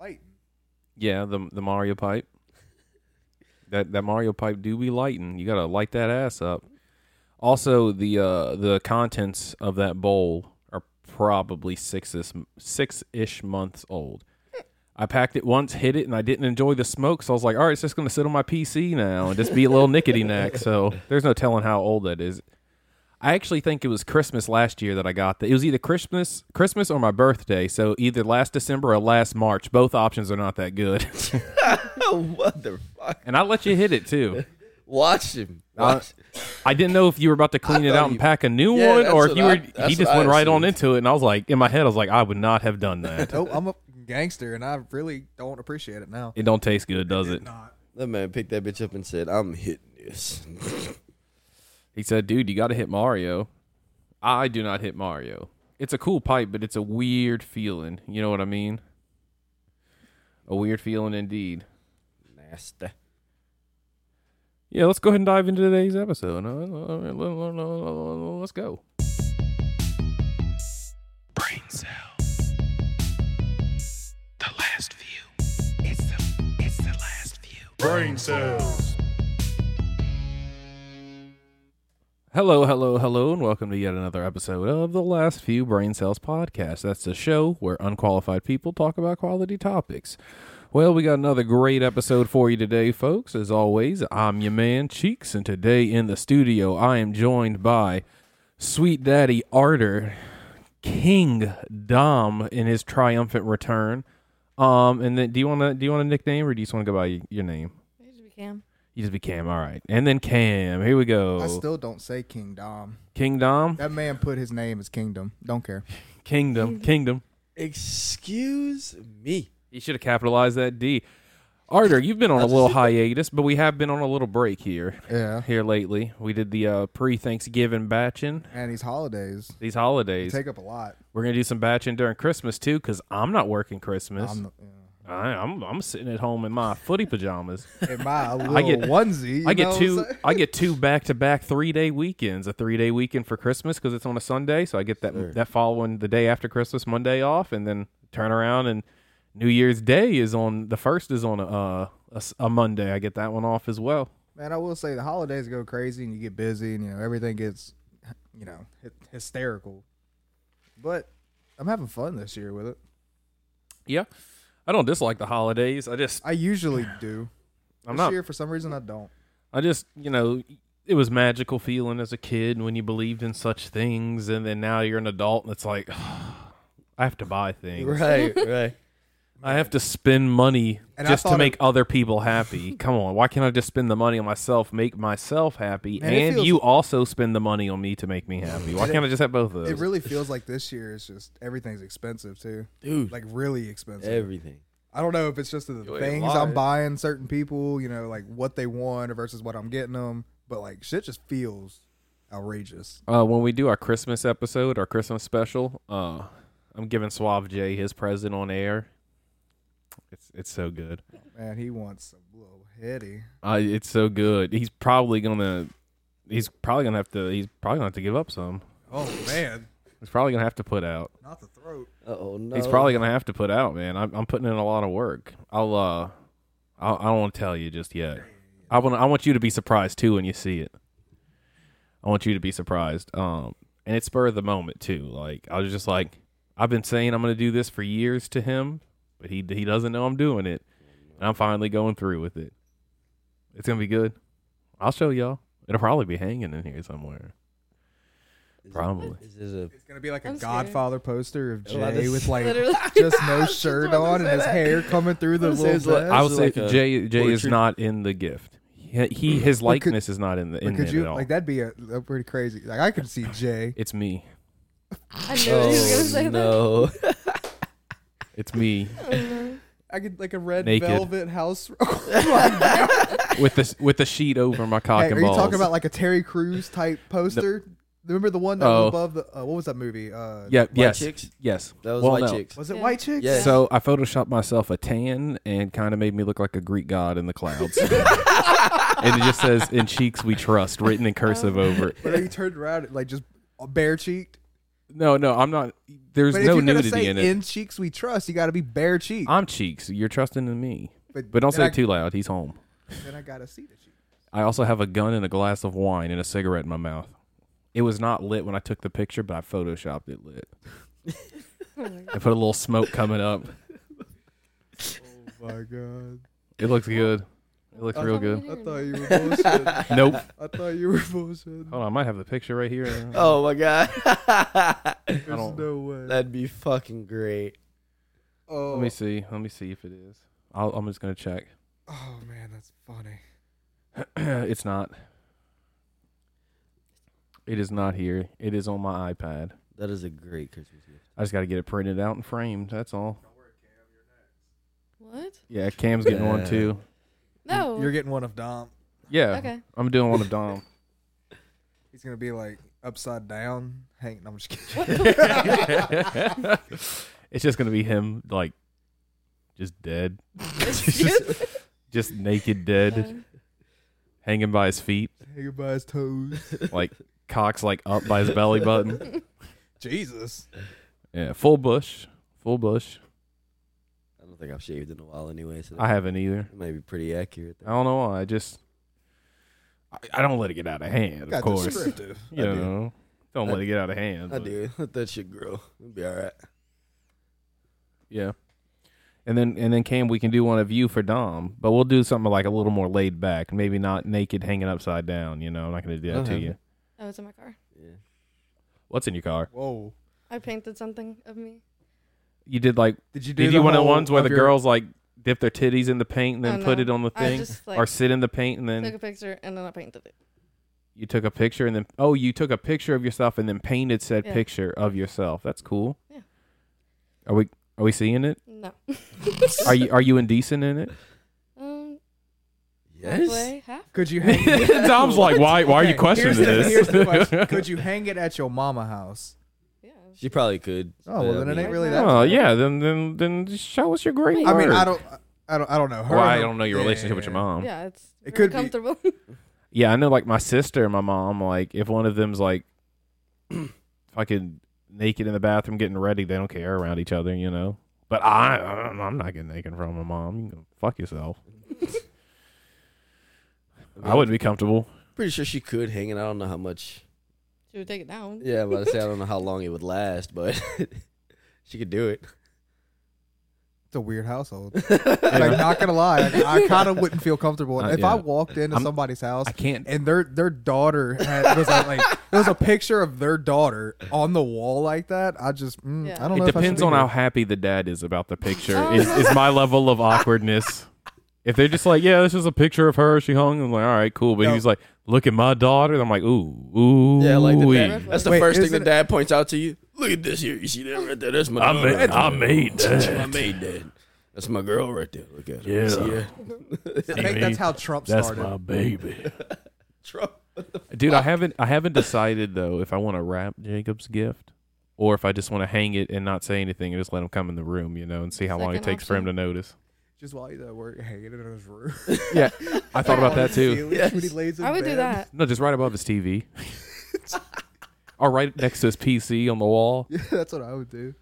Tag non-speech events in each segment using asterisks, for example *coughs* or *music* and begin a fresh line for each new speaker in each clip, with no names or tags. lighting.
Yeah, the the Mario pipe. that that Mario pipe do be lighting. You gotta light that ass up. Also, the uh, the contents of that bowl are probably six six ish months old. I packed it once, hit it, and I didn't enjoy the smoke, so I was like, "All right, it's just gonna sit on my PC now and just be a little nickety knack." So there's no telling how old that is. I actually think it was Christmas last year that I got that. It was either Christmas, Christmas or my birthday. So either last December or last March. Both options are not that good. *laughs*
*laughs* what the fuck?
and I let you hit it too.
Watch him.
Uh,
Watch.
I didn't know if you were about to clean it
thought
out and
you-
pack a new
Yeah,
one,
that's
or if
what
you
I-
were.
that's
he just
what I
went right on
assumed.
into it, and I was like, in my head, I was like, I would not have done
*laughs*
that.
*laughs*
Nope, I'm a gangster, and I really don't appreciate it now.
it don't taste good, does it?
Not.
that man picked that bitch up and said, "I'm hitting this."
He said, "Dude, you got to hit Mario." I do not hit Mario. It's a cool pipe, but it's a weird feeling. You know what I mean? A weird feeling indeed.
Nasty.
Yeah, let's go ahead and dive into today's episode. Uh, all right, let- let- let- Let's go.
brain cell. The last view. It's the it's the last view. Brain cells.
Hello, hello, hello, and welcome to yet another episode of the Last Few Brain Cells Podcast. That's the show where unqualified people talk about quality topics. Well, we got another great episode for you today, folks. As always, I'm your man Cheeks, and today in the studio, I am joined by Sweet Daddy Arter, King Dom, in his triumphant return. Um, and then do you want to do you want a nickname or do you just want to go by your name?
I just became.
You just be Cam, all right. And then Cam, here we go.
I still don't say King Dom.
King Dom.
That man put his name as Kingdom. Don't care.
Kingdom, Kingdom.
Excuse me.
You should have capitalized that D. Arter, you've been on
*laughs*
a little hiatus, but we have been on a little break here
Yeah.
here lately. We did the uh, pre-Thanksgiving batching
And these holidays
these holidays.
take up a lot.
We're gonna do some batching during Christmas too, because I'm not working Christmas.
I'm, yeah.
I, I'm I'm sitting at home in my footy pajamas.
In
*laughs*
my little
get-
onesie, *laughs* you
I get
know
two
what I'm saying?
I get two back to back three day weekends. A three day weekend for Christmas because it's on a Sunday, so I get that that following the day after Christmas Monday off, and then turn around and New Year's Day is on the first is on a uh, a, s- a Monday. I get that one off as well.
Man, I will say the holidays go crazy and you get busy and you know everything gets, you know, hy- hysterical. But I'm having fun this year with it.
Yeah, I don't dislike the holidays. I just
I
*sighs*
usually do.
I'm
this
not.
year for some reason I don't.
I just you know it was magical feeling as a kid when you believed in such things, and then now you're an adult and it's like *sighs* I have to buy things.
*laughs* Right, right.
I have to spend money
And I
just to
thought
make
it-
other people happy. Come on, why can't I just spend the money on myself, make myself happy,
Man, it
and
feels-
you also spend the money on me to make me happy? Why can't I just have both of those?
It really feels like this year is just everything's expensive too.
Dude.
Like really expensive.
Everything.
I don't know if it's just the
ain't
things
lying.
I'm buying certain people, you know, like what they want versus what I'm getting them, but like shit just feels outrageous.
uh, when we do our Christmas episode, our Christmas special, uh, I'm giving Suave J his present on air. It's it's so good.
Man, he wants some little heady.
Uh, it's so good. He's probably gonna. He's probably gonna have to. He's probably gonna have to give up some.
Oh man,
He's probably gonna have to put out.
not the throat.
Uh oh, no.
He's probably gonna have to put out, man. I'm, I'm putting in a lot of work. I'll uh, I'll, I don't want to tell you just yet. I want I want you to be surprised too when you see it. I want you to be surprised. Um, and it's spur of the moment too. Like I was just like, I've been saying I'm gonna do this for years to him, but he he doesn't know I'm doing it, and I'm finally going through with it. It's gonna be good. I'll show y'all. It'll probably be hanging in here somewhere.
Is it-
Probably.
Is this a
*laughs*
It's gonna be like a
I'm scared.
Godfather poster of
Oh, I
Jay
just-
with like
Literally.
*laughs* just
*laughs*
no shirt
about to
on and
say
his
that.
hair coming through the
I was
little.
saying, it's
vest.
I would say
like a
Jay Jay is
orchard.
not in the gift. He, he his
But could-
likeness is not in the in
But could
it
you
at all.
like that'd be a, a pretty crazy? Like I could see Jay.
It's me.
I knew you were
Oh,
gonna say *laughs* that.
no.
It's me
I could like a red
Naked.
velvet
*laughs*
house. *laughs*
with the with the sheet over my cock
Hey,
and
are you
balls.
talking about like a Terry Crews
*laughs*
type poster? Remember the one that
Oh.
was above the uh, what was that movie? Uh,
yeah, yes,
chicks?
yes.
That was
Well,
white
no.
chicks.
was it
Yeah.
White Chicks?
Yeah.
So I photoshopped myself a tan and kind of made me look like a Greek god in the clouds. *laughs* and it just says
Oh.
"In cheeks we trust" written in cursive over it.
But then you turned around, like just bare cheeked.
No, no, I'm not. There's
But if
no
you're gonna
nudity
say
in
in,
it.
cheeks we trust, you got to be bare cheek.
I'm cheeks. You're trusting in me,
But,
but don't
then
say
I-
it too loud. He's home.
Then I gotta see the cheek.
I also have a gun and a glass of wine and a cigarette in my mouth. It was not lit when I took the picture, but I photoshopped it lit.
Oh
I put a little smoke coming up.
Oh my god!
It looks good. It looks real good.
I thought you were bullshit.
*laughs* Nope.
I thought you were bullshit.
Hold on, I might have the picture right here.
Oh my god, *laughs*
I don't,
No way.
that'd be fucking great.
Oh,
let me see. Let me see if it is. I'll, I'm just gonna check. *clears throat*
oh man, that's funny.
it's not. It is not here. It is on my iPad.
That is a great Christmas gift.
I just got to get it printed out and framed. That's all.
What?
Yeah, Cam's getting one too.
No.
You're getting one of Dom.
Yeah,
okay.
I'm doing one of Dom.
He's gonna be like upside down, hanging. I'm
*laughs*
just kidding. *laughs*
*laughs* it's just gonna be him, like, just dead,
*laughs*
just, just naked, dead,
Done.
hanging by his feet,
Hanging by his toes.
like cocks like up by his belly button.
Jesus.
Yeah, full bush, full bush.
I don't think I've shaved in a while anyway, so that
I haven't either.
might be pretty accurate.
I don't know why. I just, I, I don't let it get out of hand. Of
Got
course,
descriptive.
you
I do.
know, don't
I-
let it get out of hand.
I
but-
do. *laughs* Let that shit grow. It'll be all right.
Yeah. And then and then Cam, we can do one of you for Dom, but we'll do something like a little more laid back, maybe not naked hanging upside down. You know, I'm not going to do that to
Okay.
you.
Oh, it's in my car.
Yeah.
What's in your car?
Whoa.
I painted something of me.
You did like
Did you do
did you
the
one of the
whole
ones where the
your- *laughs*
girls like dip their titties in the paint and
Oh,
then put
no.
it on the
I
thing,
just, like,
or sit in the paint and then
Took a picture and then I painted it.
you took a picture and then oh you took a picture of yourself and then painted said
Yeah.
picture of yourself. That's cool.
Yeah.
Are we are we seeing it?
No. *laughs*
Are you are you indecent in it?
Um,
Yes.
halfway, half.
Could you hang?
*laughs*
*laughs*
Dom's like why why are you
Okay,
questioning
here's the-
this?
here's the question. *laughs* Could you hang it at your mama house?
Yeah.
She probably could.
Oh well,
but I
then it
mean-
ain't really that.
Oh yeah, then then then just show us your great.
I mean,
work.
I don't, I don't, I don't know. Her
Well, I
and her-
don't know your
yeah,
relationship with your
yeah.
mom. Yeah.
Yeah, it's
It
very
could be-
comfortable. *laughs*
I know. Like my sister and my mom. Like if one of them's like *clears throat* fucking naked in the bathroom getting ready, they don't care around each other, you know. But I, I'm- I'm not getting naked in front of my mom. You can go fuck yourself. I wouldn't be comfortable.
Pretty sure she could hang it. I don't know how much.
She would take it down.
Yeah, I'm about to say I don't know how long it would last, but *laughs* she could do it.
It's a weird
*laughs*
household. Like, not gonna lie, I, I kind of wouldn't feel comfortable
Uh,
if
yeah.
I walked into
I'm-
somebody's house
I can't.
and their their daughter had, was like, like it was a picture of their daughter on the wall like that. I just, mm,
Yeah.
I don't
It
know. if I should
depends
be
on
here.
how happy the dad is about the picture.
Oh.
is is my level of awkwardness. If they're just like, yeah, this is a picture of her. She hung. I'm like, all right, cool. But
No.
he's like, look at my daughter. I'm like, ooh, ooh,
Yeah, like the dad,
Wee.
that's the
Wait,
first thing the
isn't it-
dad points out to you. Look at this here. You see that right there? That's my. daughter right there.
made
That's my maid, dad. That's my girl right there. Look at her.
Yeah.
See her?
I think that's how Trump started.
baby,
Trump.
dude. I haven't I haven't decided though if I want to wrap Jacob's gift or if I just want to hang it and not say anything and just let him come in the room, you know, and see how long it
Second
takes for him to
option.
notice.
Just while he's at work, *laughs* hanging in his room.
Yeah,
*laughs*
I thought about that too.
Yes. When he lays in
*laughs* I would do
bed.
that.
*laughs* No, just right above his TV, or right next to his PC on the wall,
*laughs* Yeah, that's what I would do.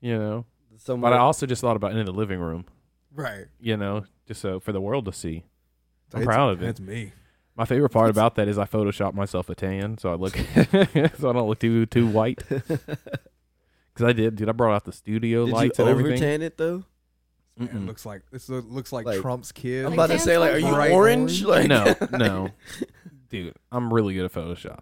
you know.
Someone,
But
*laughs*
I also just thought about it in the living room,
Right.
you know, just so for the world to see. I'm
It's-
proud of it.
That's me.
My favorite part about that is I photoshopped myself a tan, so I look *laughs* so I don't look too too white. Because I did, dude. I brought out the studio
did you
lights and
over
everything.
tan it though?
Man,
Mm-mm.
it looks like this lo- looks like,
Like-
Trump's kid.
I'm about
Like
to
tan
say, like, are you
bright
orange? Like,
No, *laughs* no, dude. I'm really good at Photoshop.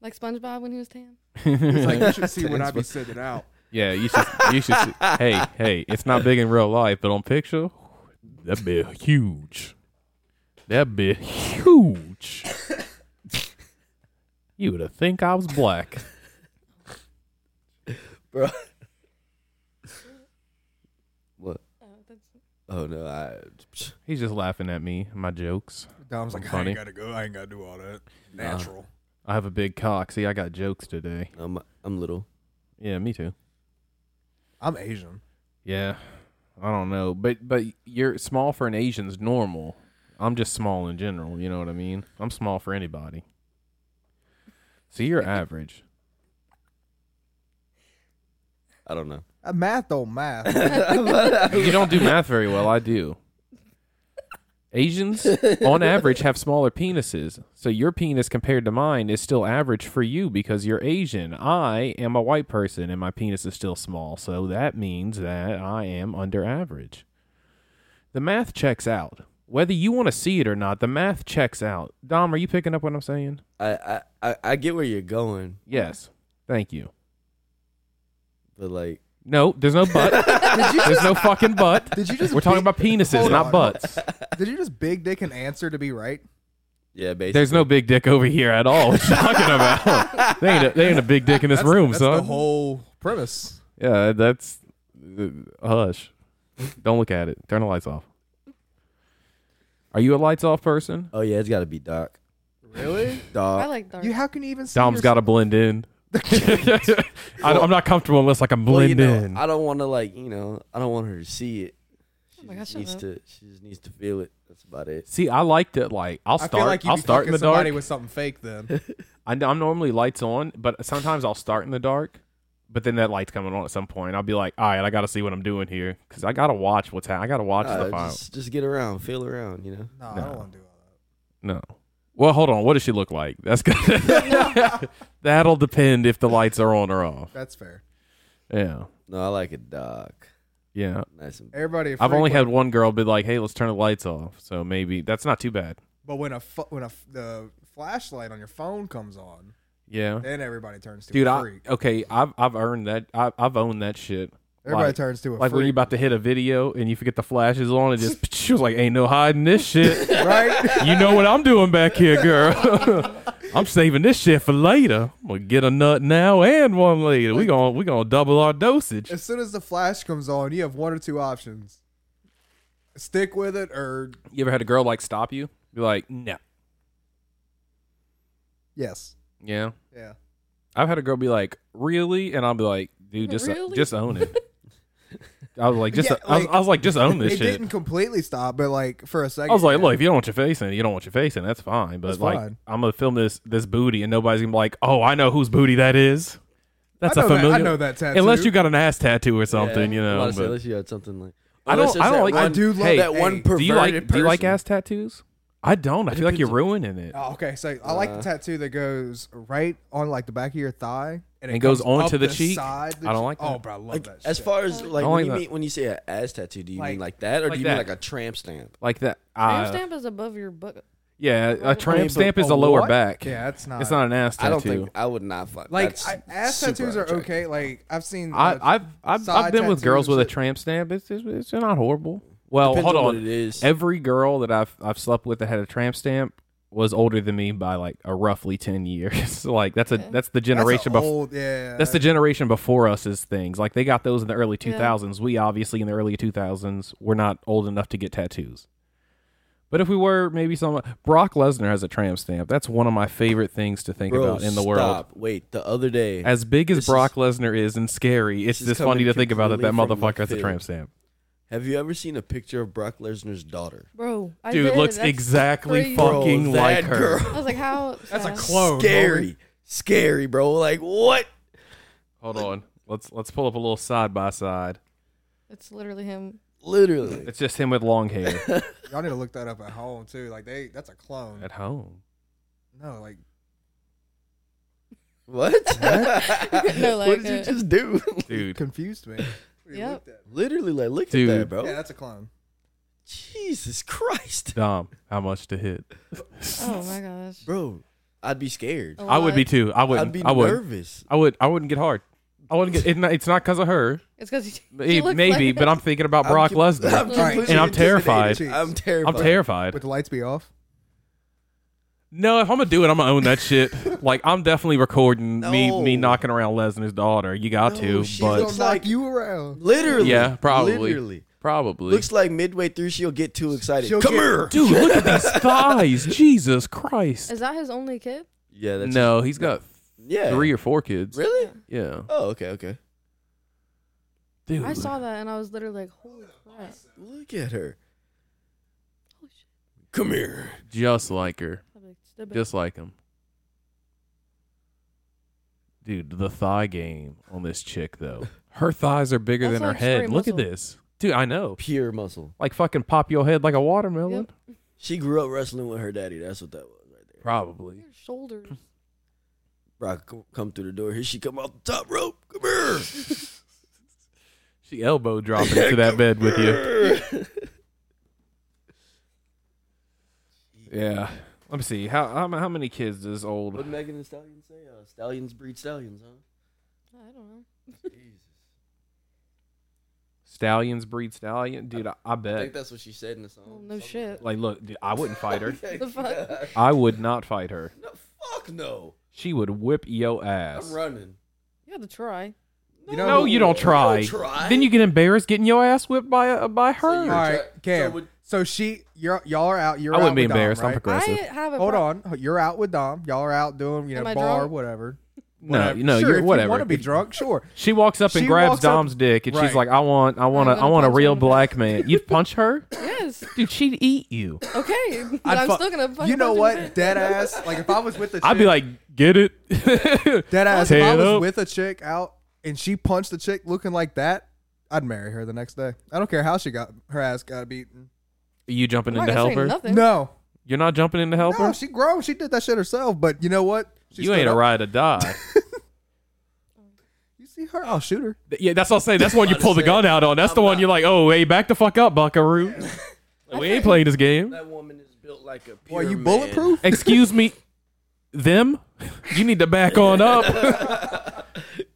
Like SpongeBob when he was tan.
It's like you should see what I *laughs* be sending out.
yeah, you should. You should. See. Hey, hey, it's not big in real life, but on picture, that'd be huge. That'd be huge. you would have think I was black.
bro. what?
Oh, that's
Oh no! I
He's just laughing at me, my jokes.
Dom's like, I
Funny.
ain't gotta go. I ain't gotta do all that. Natural.
I have a big cock. See, I got jokes today.
I'm I'm little.
Yeah, me too.
I'm Asian.
Yeah, I don't know, but but you're small for an Asian's normal. I'm just small in general. You know what I mean? I'm small for anybody. So you're average.
I don't
*laughs*
know.
Uh, math don't
*laughs*
math.
you don't do math very well. I do. Asians, on average, have smaller penises. So your penis compared to mine is still average for you because you're Asian. I am a white person and my penis is still small. So that means that I am under average. The math checks out. Whether you want to see it or not, the math checks out. Dom, are you picking up what I'm saying?
I, I, I, I get where you're going,
Yes. Thank you.
but like
No, there's no
*laughs*
butt.
*laughs* did you
there's no fucking butt.
Did you just
We're talking
big-
about penises,
Hold
not
on.
butts.
did you just big dick an answer to be right?
yeah, basically.
There's no big dick over here at all. What you talking
*laughs*
about? they, ain't a, they ain't a big dick in this
That's-
room,
that's
son.
the whole premise.
yeah, that's uh, hush. Don't look at it. Turn the lights off. Are you a lights off person?
Oh yeah, it's got to be Doc.
Really?
I
Doc.
like dark.
Uh, You how can you even? See
Dom's got to blend
*laughs*
in. I, am not comfortable unless I can
Well, you
blend
know,
in.
I don't want to like you know. I don't want her to see it. She
Oh my gosh,
just
shut
needs
up.
to. She just needs to feel it. That's about it.
See, I liked it. Like I'll
I
start.
feel like you
I'll start in the dark.
with something fake. Then
I, am normally lights on, but sometimes I'll start in the dark. But then that light's coming on at some point. I'll be like, all right, I got to see what I'm doing here because I got to watch what's happening. I got to watch
Uh,
Nah,
the file.
just, just get around, feel around. You know.
no, I don't want to do all that.
No. Well, hold on. What does she look like? That's good. *laughs* That'll depend if the lights are on or off.
That's fair.
Yeah.
No, I like a Doc.
Yeah.
Nice and
Everybody. a
I've
freak
only
when-
had one girl be like, "Hey, let's turn the lights off." So maybe that's not too bad.
But when a fu- when a f- the flashlight on your phone comes on,
Yeah.
then everybody turns to
Dude,
a
I
freak.
okay, I've I've earned that. I I've owned that shit.
everybody
like-
turns to a
Like when you're
freak,
about to hit a video and you forget the flashes on, it just *laughs* she was like, "Ain't no hiding this
*laughs*
shit."
right?
*laughs* you know what I'm doing back here, girl. *laughs* I'm saving this shit for later. I'm gonna get a nut now and one later. We gonna we gonna double our
*laughs*
dosage.
as soon as the flash comes on, you have one or two options: stick with it, or
You ever had a girl like stop you? Be like, no.
yes,
Yeah.
yeah.
I've had a girl be like, really? And I'll be like, dude, just
Really?
just
*laughs*
own it. I was like, just
Yeah,
I, was, I was like, just
*laughs*
own this
It
shit.
didn't completely stop, but like for a second,
I was like, look, if you don't want your face in it, you don't want your face in. it. That's fine. But
That's
like,
fine.
I'm gonna film this this booty, and nobody's gonna be like, oh, I know whose booty that is. That's
I
a
know that- I
familiar.
know that tattoo.
Unless you got an ass tattoo or something,
Yeah,
you
I'm
know.
about to say,
but-
unless you had something like.
I don't.
Unless it's
I don't
that
like.
one-
I do love
hey,
that
that one
hey,
perverted
Do you like? Do you like
person.
ass tattoos? I don't. I feel like you're
depends
ruining it.
Oh, okay. So I like the
Uh.
tattoo that goes right on like the back of your thigh and
And goes
comes
onto
up
the cheek?
Side,
I don't like
Oh,
that.
bro, I love
Like
that.
as
shit.
far as like
I
when
like
you
that.
mean when you say an ass tattoo, do you
Like-
mean like that, or
Like
do you
that.
mean like a tramp stamp?
Like that.
Tramp
I-
stamp is above your butt.
Yeah, a tramp
mean, but
stamp is
Oh, a
a lower
what?
back.
Yeah, it's not-
It's not an ass tattoo.
I don't think I would not fuck.
like
that's
I, ass
super
tattoos are
unattractive.
okay. Like I've seen. uh,
I, I've I've, I've
side
been with
tattoos
girls with a
and shit.
tramp stamp. It's it's, it's not horrible. Well,
Depends
hold
on
on.
what it is.
Every girl that I've I've slept with that had a tramp stamp was older than me by like a roughly ten years. *laughs* So, like that's a that's the
That's a
generation before.
old- Yeah,
That's the generation before us is things like they got those in the early 2000s. We obviously in the early 2000s were not old enough to get tattoos. But if we were, maybe some Brock Lesnar has a tramp stamp. That's one of my favorite things to think
Bro,
about in the
stop.
world.
Wait, the other day,
As big as
This
Brock Lesnar is and scary, it's
this is
just funny
coming
to think about that that
completely from
motherfucker
left
has a
field.
tramp stamp.
have you ever seen a picture of Brock Lesnar's daughter?
Bro, I
Dude
did.
looks
That's
exactly
crazy.
fucking
Bro, that
like her.
girl-
*laughs*
I was like, how?
That's a
sad.
clone.
scary, scary, bro. Like what?
Hold on. Let's let's pull up a little side by side.
It's literally him.
Literally.
It's just him with long hair
homie. Y'all need to look that up at home too. Like they, that's a clone.
*laughs* at home.
No, like
*laughs* What? *laughs*
No, like,
what did you
uh,
just do? *laughs*
Dude.
confused
*laughs*
me. We
Yep.
looked at-
Literally, like, look
Dude.
at that, bro.
Yeah, that's a clone.
Jesus Christ,
Dom, how much to hit?
Oh my gosh.
bro. I'd be scared.
A
I would be
lot.
too. I
I'd
wouldn't.
be
I would.
nervous.
I would. I wouldn't get hard. I wouldn't get. It, it's not because of her.
It's because
*laughs* Eh, Maybe, but I'm thinking about Brock
I'm, com- *laughs* I'm
Lesnar.
completely
And I'm terrified.
intimidated. I'm
I'm
terrified.
terrified.
Would the lights be off?
No, if I'm gonna do it, I'm gonna own that shit.
*laughs*
like I'm definitely recording me
No.
me knocking around Lesnar's daughter. You got
No,
to,
she's
but
They'll
It's
knock
like-
you around.
Literally.
yeah, probably,
Literally.
probably.
Looks like midway through she'll get too excited.
She'll
Come
get-
here.
Dude, look at *laughs* these thighs. Jesus Christ.
*laughs* Is that his only kid?
Yeah, that's
No, he's got
Yeah.
three or four kids.
Really?
Yeah,
Oh, okay, okay.
dude.
I saw that and I was literally like, holy crap.
Look at her.
Holy shit.
Come here.
just like her,
I'd be like, "Stop it."
just like him. Dude, the thigh game on this chick though. *laughs* Her thighs are bigger
That's
than her
like
head.
straight
Look at
muscle.
this. Dude, I know.
Pure muscle.
Like fucking pop your head like a watermelon.
Yep.
She grew up wrestling with her daddy. That's what that was right there.
Probably.
Your shoulders.
Brock c- come through the door. Here she come off the top rope. Come here.
She elbow dropping into *laughs* that bed with you. Yeah. Let me see. How how, how many kids does
What
old
did Megan the Stallion say? Uh, stallions breed
*laughs*
stallions, huh?
I don't know.
Jesus.
stallions breed stallion? Dude, I, I
I think
bet.
that's what she said in the song.
Well, no shit.
Like look, dude, I wouldn't fight
*laughs*
her.
The fuck?
I would not fight her.
No, fuck no.
She would whip yo
I'm
ass.
running.
You had to try.
You
No, you don't try.
don't try.
Then you get embarrassed getting your ass whipped by a, by
So
her.
you're
All right,
try-
Cam.
so
So,
would-
she, you're y'all are out. You're
I
out
wouldn't be
with Dom,
embarrassed. I'm
right?
progressive.
I have a
Hold
pro-
on, you're out with Dom. Y'all are out doing you know
Am I
bar
drunk?
whatever.
no,
whatever.
no,
sure,
you're, whatever.
want to be drunk? Sure.
She walks up and
She
grabs
walks up-
Dom's dick, and she's
Right.
like, "I want, I want, a,
I'm
I
gonna
want a
punch
real
him.
*laughs*
black man." You'd punch her,
Yes.
dude. She'd eat you.
Okay. *laughs* But
I'd
I'm
fu-
still gonna. fucking
You know
punch him
what?
in the
Dead ass. Like if I was with the, chick,
I'd be like, "Get it."
*laughs* dead ass. If I
Tear it
was
up.
with a chick out and she punched the chick looking like that, I'd marry her the next day. I don't care how she got her ass got beaten.
you jumping in
face. I'm
to
not gonna
help
say
her?
Nothing.
No,
You're not jumping in to help
no,
her.
she grown. She did that shit herself. But you know what? She
you
stood
ain't a
up.
ride
*laughs*
or die.
You see her? I'll shoot her.
Th- yeah, that's what I'm saying. That's one you pull the gun out on. That's the one you're like, "Oh, hey, back the fuck up, Buckaroo." we ain't playing this game.
That woman is built like a
Boy,
pure
you
man.
bulletproof?
Excuse me, them. You need to back on
*laughs*
up.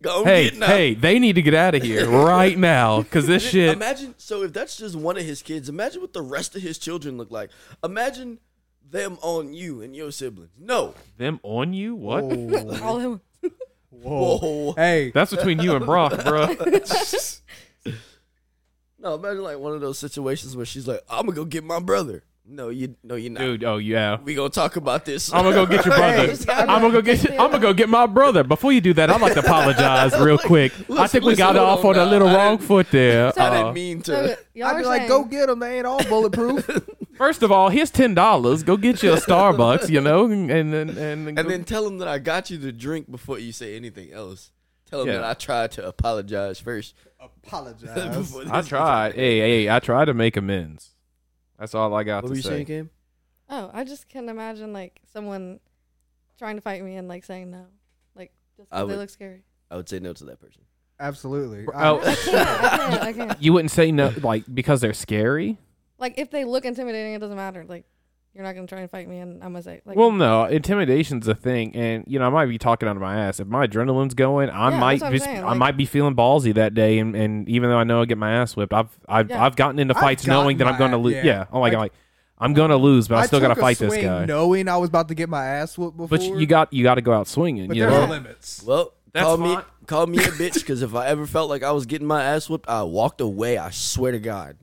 Go
hey,
get now.
hey, they need to get out of here right now because this shit.
Imagine so if that's just one of his kids, imagine what the rest of his children look like. Imagine them on you and your siblings. No.
Them on you? What?
*laughs* All him.
Oh.
Whoa.
Hey,
That's between you and Brock, bro.
No, imagine like one of those situations where she's like, I'm gonna go get my brother. No, you no you're not.
Dude, oh yeah.
We gonna talk about this.
I'm gonna go get your brother.
Just
I'm
gotta-
gonna go get. I'm gonna go get my brother. Before you do that, I'd like to apologize real quick. I
Listen,
think we
listen,
got
hold
off on
on
a
now.
little
I
wrong
didn't-
foot there.
I
Uh,
didn't mean
So,
to.
y'all
I'd
are
be like,
saying,
go get them. They ain't all
*laughs*
bulletproof.
first of all, here's ten dollars. Go get you a Starbucks, you know, and and and, go-
And then tell him that I got you the drink before you say anything else. Tell him
Yeah.
that I tried to apologize first.
Apologize.
*laughs* Before
I
this-
tried. Hey, hey, I tried to make amends. That's all I got
What
to
were you saying,
say.
Cam?
Oh, I just can imagine like someone trying to fight me and like saying no, like just
I
'cause they
would-
look scary.
I would say no to that person.
Absolutely.
Oh.
I can't. I can't. I can't.
You wouldn't say no, like because they're scary.
Like if they look intimidating, it doesn't matter. Like you're not gonna try and fight me, and I'm gonna say like,
well, no, intimidation's a thing, and you know I might be talking out of my ass. If my adrenaline's going, I
Yeah, that's
might
what I'm
just,
saying,
I
like-
might be feeling ballsy that day, and, and even though I know I get my ass whipped, I've I've
Yeah.
I've gotten into
I've
fights knowing
gotten
that I'm going to
my-
lose. Yeah.
yeah.
oh my
Like-
god, like, I'm going to lose, but I, still got
took
to
a
fight this
swing
guy.
knowing I was about to get my ass whooped before.
but you got you got to go out swinging.
But
You
there's
know?
limits.
Well,
That's
call me
fine. *laughs*
call me a bitch because if I ever felt like I was getting my ass whooped, I walked away. I swear to God.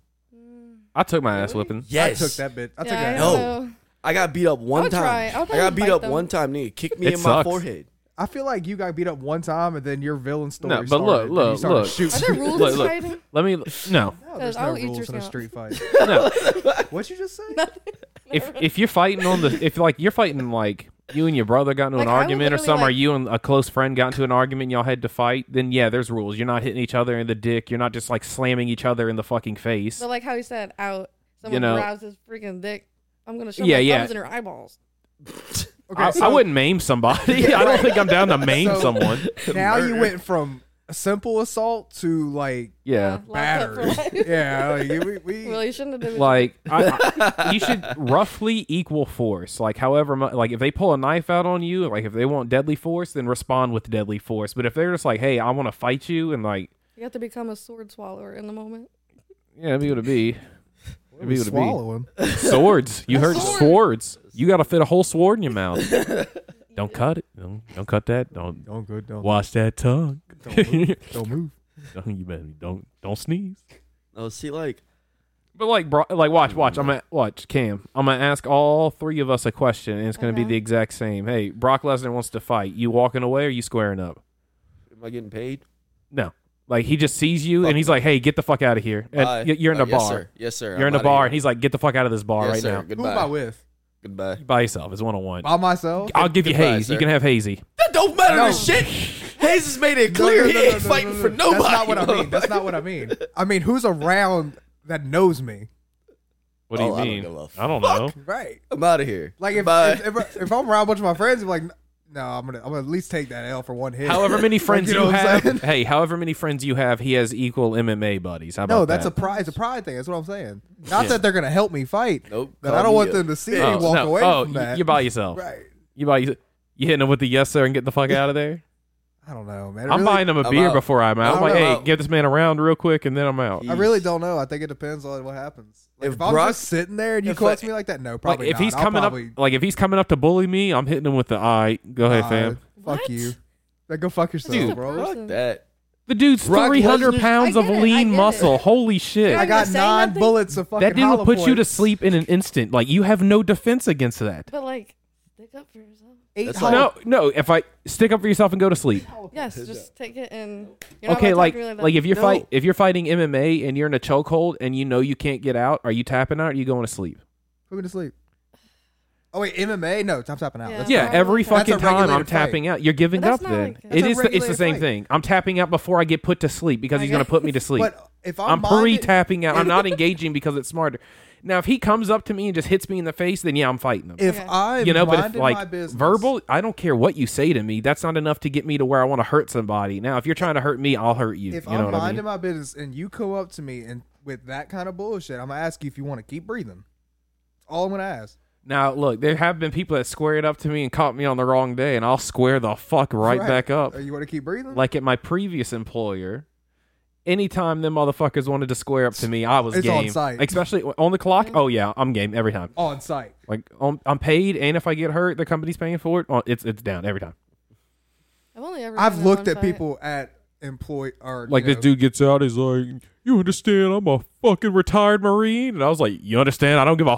I took my ass whipping.
Yes,
I took that bit. I took
yeah, I
that.
don't
No.
know.
I got beat up one
would
time.
try. I
I, got
would probably
beat
bite
up
them.
one time. Nigga kicked me
It
in my
sucks.
forehead.
I feel like you got beat up one time and then your villain story.
No, but
started, and you
look, look,
started
look.
Are
Shooting.
*laughs*
there rules
Look,
to
look.
fighting?
Let me no.
No, there's
Cause
no
I'll eat your
rules in a
snout.
street
*laughs*
fight.
No.
what you just say?
if if you're fighting on the if like you're fighting like you and your brother got into
Like,
an
I would
argument or
literally,
some or
like-
you and a close friend got into an argument and y'all had to fight then yeah there's rules you're not hitting each other in the dick you're not just like slamming each other in the fucking face
But like how he said, out someone
know-
grabs his freaking dick. I'm gonna shove
Yeah,
my
yeah.
thumbs in her eyeballs.
I, I wouldn't maim somebody *laughs* I don't think I'm down
*laughs*
to maim
So-
someone
Now you went from a simple assault to like
yeah
locked up for
battery. *laughs*
life.
yeah, like, we,
*laughs*
we,
Well, you shouldn't have done it.
like I,
*laughs*
I, you should roughly equal force like however mu- like if they pull a knife out on you like if they want deadly force then respond with deadly force but if they're just like hey I want to fight you and like
you have to become a sword swallower in the moment.
yeah it'd be what it be it'd be what it be
swallow him.
Swords. You heard swords. You got to fit a whole sword in your mouth. *laughs* don't cut it. Don't, don't cut that. Don't
Don't good. Don't
wash that tongue.
don't move.
*laughs*
Don't move.
Don't- you better don't don't sneeze.
Oh, see, like
But like bro, like watch watch. I'm gonna watch Cam. I'm gonna ask all three of us a question, and it's gonna be
Okay.
the exact same. Hey, Brock Lesnar wants to fight. You walking away or you squaring up?
Am I getting paid?
No. Like he just sees you and he's like, "Hey, get the fuck out of here." And
Bye.
y- you're in
Uh,
a bar.
Yes, sir. Yes, sir.
You're in
I'm
a
outta
bar,
here.
and he's like, "Get the fuck out of this bar
yes,
right
sir.
now."
Who am I
Goodbye.
with?
Goodbye.
By yourself. It's one on one.
By myself?
I'll give you
Goodbye,
haze.
sir.
You can have hazy.
That don't matter
No.
to shit. Hayes has made it clear he ain't fighting for nobody.
That's not what I mean. That's not what I mean. I mean, who's around that knows me?
What do
Oh, I
you
don't
mean?
give a
I don't know.
Right.
*laughs* I'm out of here.
Like if
Bye.
if, if if I'm around a bunch of my friends, I'm like, no, I'm gonna I'm gonna at least take that L for one hit.
*laughs* However
*laughs*
many friends
you
you,
know what I'm saying?
have, *laughs* hey, however many friends you have, he has equal MMA buddies. How about
no, that's
that?
a pride. It's a pride thing. That's what I'm saying. Not that they're gonna help me fight.
Nope.
But
Call
I don't
me
want
up.
them to see
oh,
me walk
no.
away
oh,
from
you-
that.
You're by yourself.
right.
You buy you hitting him with the yes sir and get the fuck out
*laughs*
of there.
I don't know, man. I
I'm
really-
buying him a
I'm
beer
out.
before I'm out. I'm
I'm
like, hey,
out.
give this man a round real quick, and then I'm out.
I really don't know. I think it depends on what happens. Like,
If
if, I'm
Brock-
just sitting there and you
if uh,
close
I-
me like that, no,
Like
probably
if
not.
he's
I'll
coming
probably,
up, like if he's coming up to bully me, I'm hitting him with the all right. Go ahead,
uh,
fam.
Fuck
What?
you. Like, go fuck yourself,
Dude.
bro.
Fuck
Fuck that.
The dude's
Brock
300
Lesnar's-
pounds
I
of
get it, I
lean
get it.
muscle. Holy shit!
I
You're
got
not saying
nine
nothing?
bullets of fucking
that dude will
hollow
put you to
points.
sleep in an instant. Like you have no defense against that.
But like, stick up for yourself.
Eight
That's
hollow
No, no. If I stick up for yourself and go to sleep.
Yes, just take it and. You're not
Okay,
gonna talk
like
to me
like,
that.
if you're
No.
fight if you're fighting MMA and you're in a chokehold and you know you can't get out, are you tapping out? or Are you going to sleep?
Put me to sleep. Oh wait, MMA? No, I'm tapping out.
Yeah.
That's-
yeah,
probably
every
tapping.
fucking
That's a
time I'm
regulated fight.
tapping out. You're giving
But
up
that's not
then.
like a-
It
That's a
is the, it's the
regulated
same
fight.
thing. I'm tapping out before I get put to sleep because he's
I
going to
guess. *laughs*
put me to sleep.
But if I'm,
I'm
minded-
pre-tapping out. I'm *laughs* not engaging because it's smarter. Now if he comes up to me and just hits me in the face, then yeah, I'm fighting him.
If
Okay.
I'm
you know, but if
minding my
like
business,
verbal, I don't care what you say to me. That's not enough to get me to where I want to hurt somebody. Now, if you're trying to hurt me, I'll hurt you.
If
you know
I'm
what I mean?
minding my business and you come up to me and with that kind of bullshit, I'm gonna ask you if you want to keep breathing. That's all I'm gonna ask.
Now, look, there have been people that squared up to me and caught me on the wrong day, and I'll square the fuck right, back up.
Uh, You want to keep breathing?
*laughs* Like at my previous employer, anytime them motherfuckers wanted to square up to me, I was
It's on
game.
site.
Especially on the clock. Oh yeah, I'm game every time.
on site.
Like on, I'm paid, and if I get hurt, the company's paying for it. Oh, It's it's down every time.
I've only ever. been
I've
in
looked
one
at
fight.
people at employ or
Like
you know,
this dude gets out, he's like, "You understand? I'm a fucking retired marine," and I was like, "You understand? I don't give a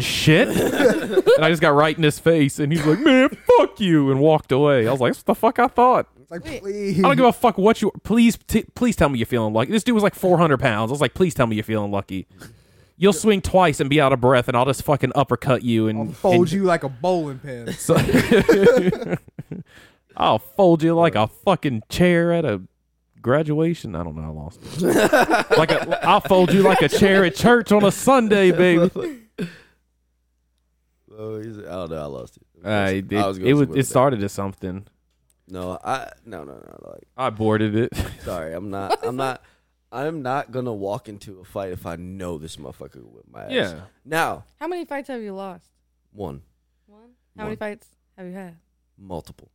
*laughs*
shit." and I just got right in his face, and he's like, "Man, fuck you," and walked away. I was like, "That's what the fuck I thought."
It's like
Wait.
please.
I don't give a fuck what you. Please, t- please tell me you're feeling lucky. This dude was like 400 pounds. I was like, please tell me you're feeling lucky. You'll swing twice and be out of breath, and I'll just fucking uppercut you and
I'll fold
and-
you like a bowling pin.
so- *laughs* I'll fold you like a fucking chair at a graduation. I don't know. I lost. it. like a, I'll fold you like a chair at church on a Sunday, baby.
Oh, he's, I don't know. I lost it.
*laughs* I
was-
it,
I was going
it was
somewhere
it
with that.
started as something.
No, I no no no. Like,
I boarded it.
sorry, I'm not. I'm not. *laughs* I'm not gonna walk into a fight if I know this motherfucker will whip my ass.
Yeah.
Now
How many fights have you lost?
one,
One. How many
One.
fights have you had?
multiple,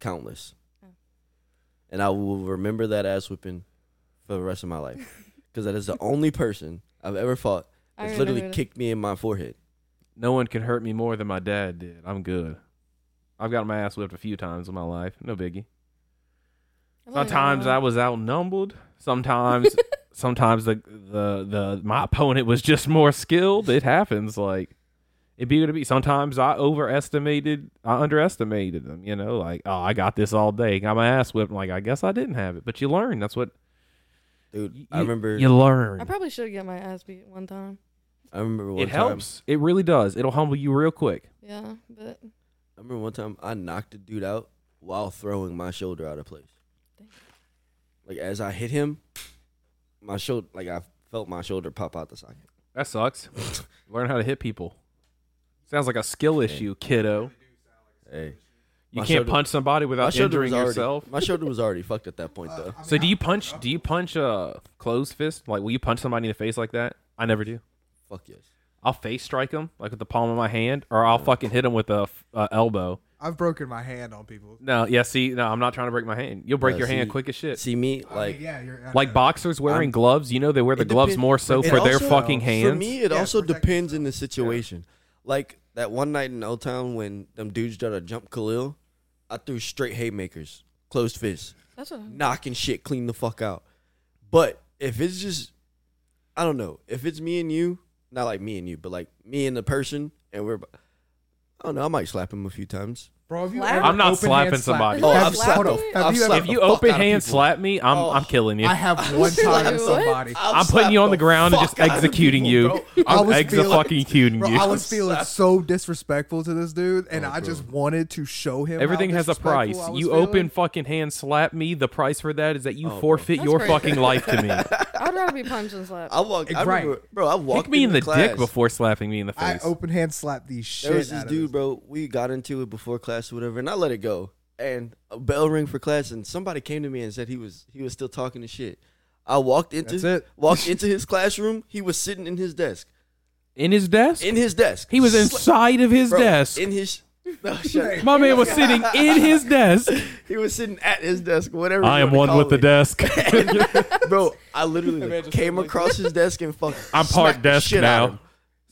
countless,
Oh.
and I will remember that ass whipping for the rest of my life
*laughs*
because that is the only person I've ever fought
I
that's literally
remember it.
kicked me in my forehead.
No one could hurt me more than my dad did. I'm good. I've gotten my ass whipped a few times in my life. No biggie.
I've only
Sometimes
had
I
one.
was outnumbered.
*laughs*
Sometimes, sometimes the, the the my *laughs* opponent was just more skilled. It happens. Like it be what it be. Sometimes I overestimated. I underestimated them. You know, like oh, I got this all day. Got my ass whipped. Like I guess I didn't have it. But you learn. That's what
Dude,
you,
I remember.
You learn.
I probably should get my ass beat one time.
I remember one
it
time.
helps. It really does. It'll humble you real quick.
Yeah, but
I remember one time I knocked a dude out while throwing my shoulder out of place.
Damn.
Like as I hit him, my shoulder, like I felt my shoulder pop out the socket.
That sucks. *laughs* learn how to hit people. Sounds like a skill issue, kiddo.
Hey,
You
My
can't
shoulder-
punch somebody
my
without
shoulder
injuring
was already,
yourself.
My shoulder was already fucked at that point though.
So do you punch? Do you punch a closed fist? Like, will you punch somebody in the face like that? I never do.
Fuck yes.
I'll face strike them like with the palm of my hand, or I'll fucking hit them with a f- uh, elbow.
I've broken my hand on people.
No, yeah, see, no, I'm not trying to break my hand. You'll break
Yeah,
your hand
see-
quick as shit.
See me like
I mean, yeah, you're I
like
know.
boxers wearing gloves, you know they wear the
It
gloves
depend-
more so
it
for their
also-
fucking hands.
For me, it
Yeah,
also
protect
depends in the situation. Like that one night in Old Town when them dudes tried to jump Khalil, I threw straight haymakers, closed fists.
*laughs*
that's what. I'm,
knocking shit clean the fuck out. But if it's just, I don't know, if it's me and you, not like me and you, but like me and the person, and we're, I don't know, I might slap him a few times.
Bro, if you
Slap?
ever
I'm
not
open
slapping
hand slap-
somebody.
Oh, I've
Have,
slapped
hold on.
people.
Have
I've
you ever,
slapped
If you
the fuck
open
out of
hand
people.
slap me, I'm
Oh.
I'm killing you.
I have one time
What?
somebody.
I'll
I'm
slap
putting you on the ground and
fuck
just
out of
executing
people,
you.
bro.
I
I'm
was
ex
feeling-
fucking cuting
Bro,
you.
I was feeling so disrespectful to this dude, and I just wanted to show him. how
Everything has a
disrespectful
price.
I was
You
feeling.
open fucking hand slap me. The price for that is that you forfeit
That's
your
crazy.
fucking life to me.
I'd rather be punched than slapped.
I walked. I
Right.
remember, bro. I walked
Kick me in the
class.
dick before slapping me in the
I
face.
open hand slapped the shit.
There was this
out
dude,
of this.
bro. We got into it before class or whatever, and I let it go. And a bell rang for class, and somebody came to me and said he was he was still talking to shit. I walked into
That's it.
walked into his classroom. He was sitting in his desk.
in his desk.
In his desk.
he was
Sla-
inside of his
bro,
desk.
In his. *laughs* No, shut up.
My man was sitting in his desk.
He was sitting at his desk. Whatever.
I
you
am
wanna
one
call
with the
it.
*laughs* desk.
*laughs* Bro, I literally like, came across his desk and fucking.
I'm
smacked
part
the
desk
shit out of
now.
him.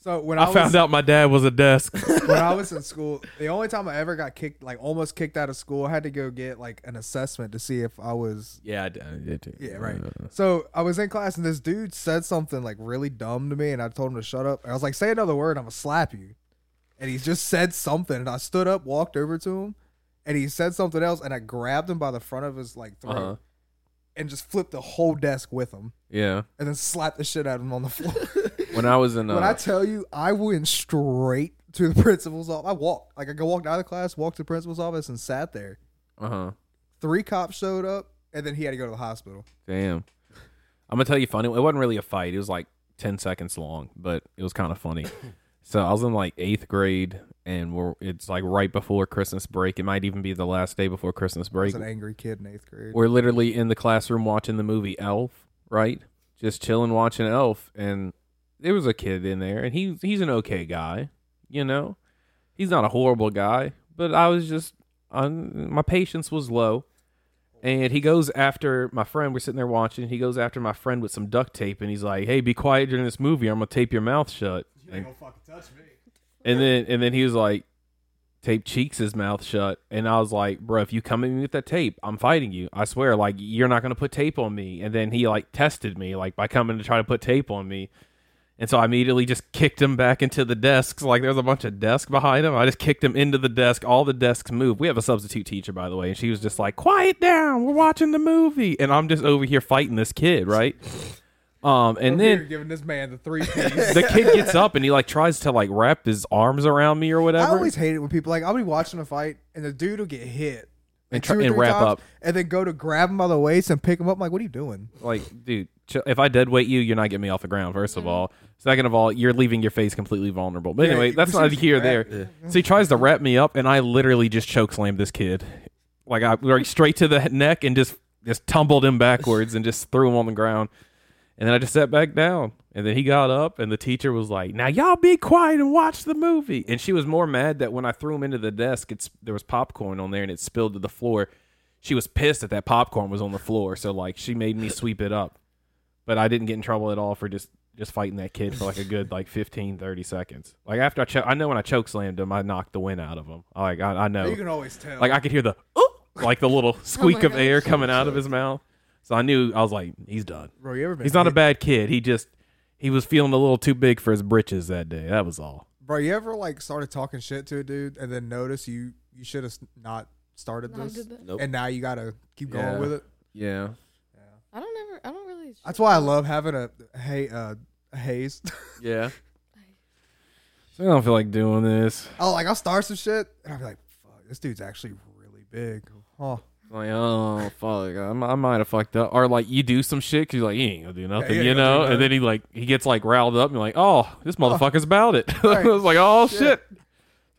So when I,
I found
was,
out my dad was a desk.
when I was in school, the only time I ever got kicked, like almost kicked out of school, I had to go get like an assessment to see if I was
Yeah, I d- I did too.
Yeah, right. So I was in class and this dude said something like really dumb to me, and I told him to shut up. And I was like, "Say another word, I'm gonna slap you." And he just said something, and I stood up, walked over to him, and he said something else, and I grabbed him by the front of his like throat
Uh-huh.
and just flipped the whole desk with him,
Yeah.
and then slapped the shit out of him on the
*laughs*
floor. *laughs*
When I was in, uh,
When I tell you, I went straight to the *laughs* principal's office. I walked like I go walked out of class, walked to the principal's office, and sat there.
uh-huh.
Three cops showed up, and then he had to go to the hospital.
Damn. I'm gonna tell you funny. It wasn't really a fight. It was like ten seconds long, but it was kind of funny. so I was in like eighth grade, and we're it's like right before Christmas break. It might even be the last day before Christmas
I
break.
was an angry kid in eighth grade.
We're literally in the classroom watching the movie Elf, right? Just chilling watching Elf, and there was a kid in there, and he he's an okay guy, you know. He's not a horrible guy, but I was just i my patience was low, and he goes after my friend. We're sitting there watching. He goes after my friend with some duct tape, and he's like, "Hey, be quiet during this movie. or I'm gonna tape your mouth shut." And- and then and then he was like, tape cheeks his mouth shut, and I was like, bro, if you come at me with that tape, I'm fighting you. I swear, like you're not gonna put tape on me. And then he like tested me, like by coming to try to put tape on me. And so I immediately just kicked him back into the desks. Like there was a bunch of desks behind him. I just kicked him into the desk. All the desks moved. We have a substitute teacher, by the way, and she was just like, "Quiet down. We're watching the movie." And I'm just over here fighting this kid, right? Um, and
Over here
then
giving this man the *laughs* three piece.
the kid gets up and he like tries to like wrap his arms around me or
I
whatever.
always hate it when people like I'll be watching a fight and the dude will get hit like,
And try-
two or
and
three
wrap
times,
up.
and then go to grab him by the waist and pick him up. I'm like, what are you doing?
like, dude, chill. if I deadweight you, you're not getting me off the ground. First of all, second of all, you're leaving your face completely vulnerable. But
Yeah,
anyway,
you-
that's
you
not
should
here. or There,
grab-
so he tries to wrap me up, and I literally just choke slammed this kid, like I like straight to the neck and just just tumbled him backwards and just threw him on the ground. And then I just sat back down. And then he got up, and the teacher was like, "Now y'all be quiet and watch the movie." And she was more mad that when I threw him into the desk, it's there was popcorn on there and it spilled to the floor. She was pissed that that popcorn was on the floor, so like she made me sweep it up. But I didn't get in trouble at all for just just fighting that kid for like a good like 15, 30 seconds. Like after I cho- I know when I choke slammed him, I knocked the wind out of him. Like I, I know
You can always tell.
like I could hear the "Oh," like the little squeak
my
of
gosh.
air coming out of his mouth. So I knew I was like, he's done.
bro, you ever been
He's not a
hit-
bad kid. He just he was feeling a little too big for his britches that day. That was all.
bro. You ever like started talking shit to a dude and then notice you you should have s- not started
Not
this,
did that.
Nope.
and now you gotta keep
Yeah.
going with it.
Yeah.
I don't ever. I don't really.
That's why I love having a hey uh a haze. *laughs*
Yeah. So I don't feel like doing this.
oh, like I'll start some shit and I'll be like, fuck, this dude's actually really big. Huh.
Like, oh fuck, I, mi- I might have fucked up. Or like you do some shit because you're like, he ain't gonna do nothing,
he ain't
you
gonna do
know.
nothing.
And then he like he gets like riled up and you're like, oh, this motherfucker's about it. *laughs* I
Right.
was like, oh shit.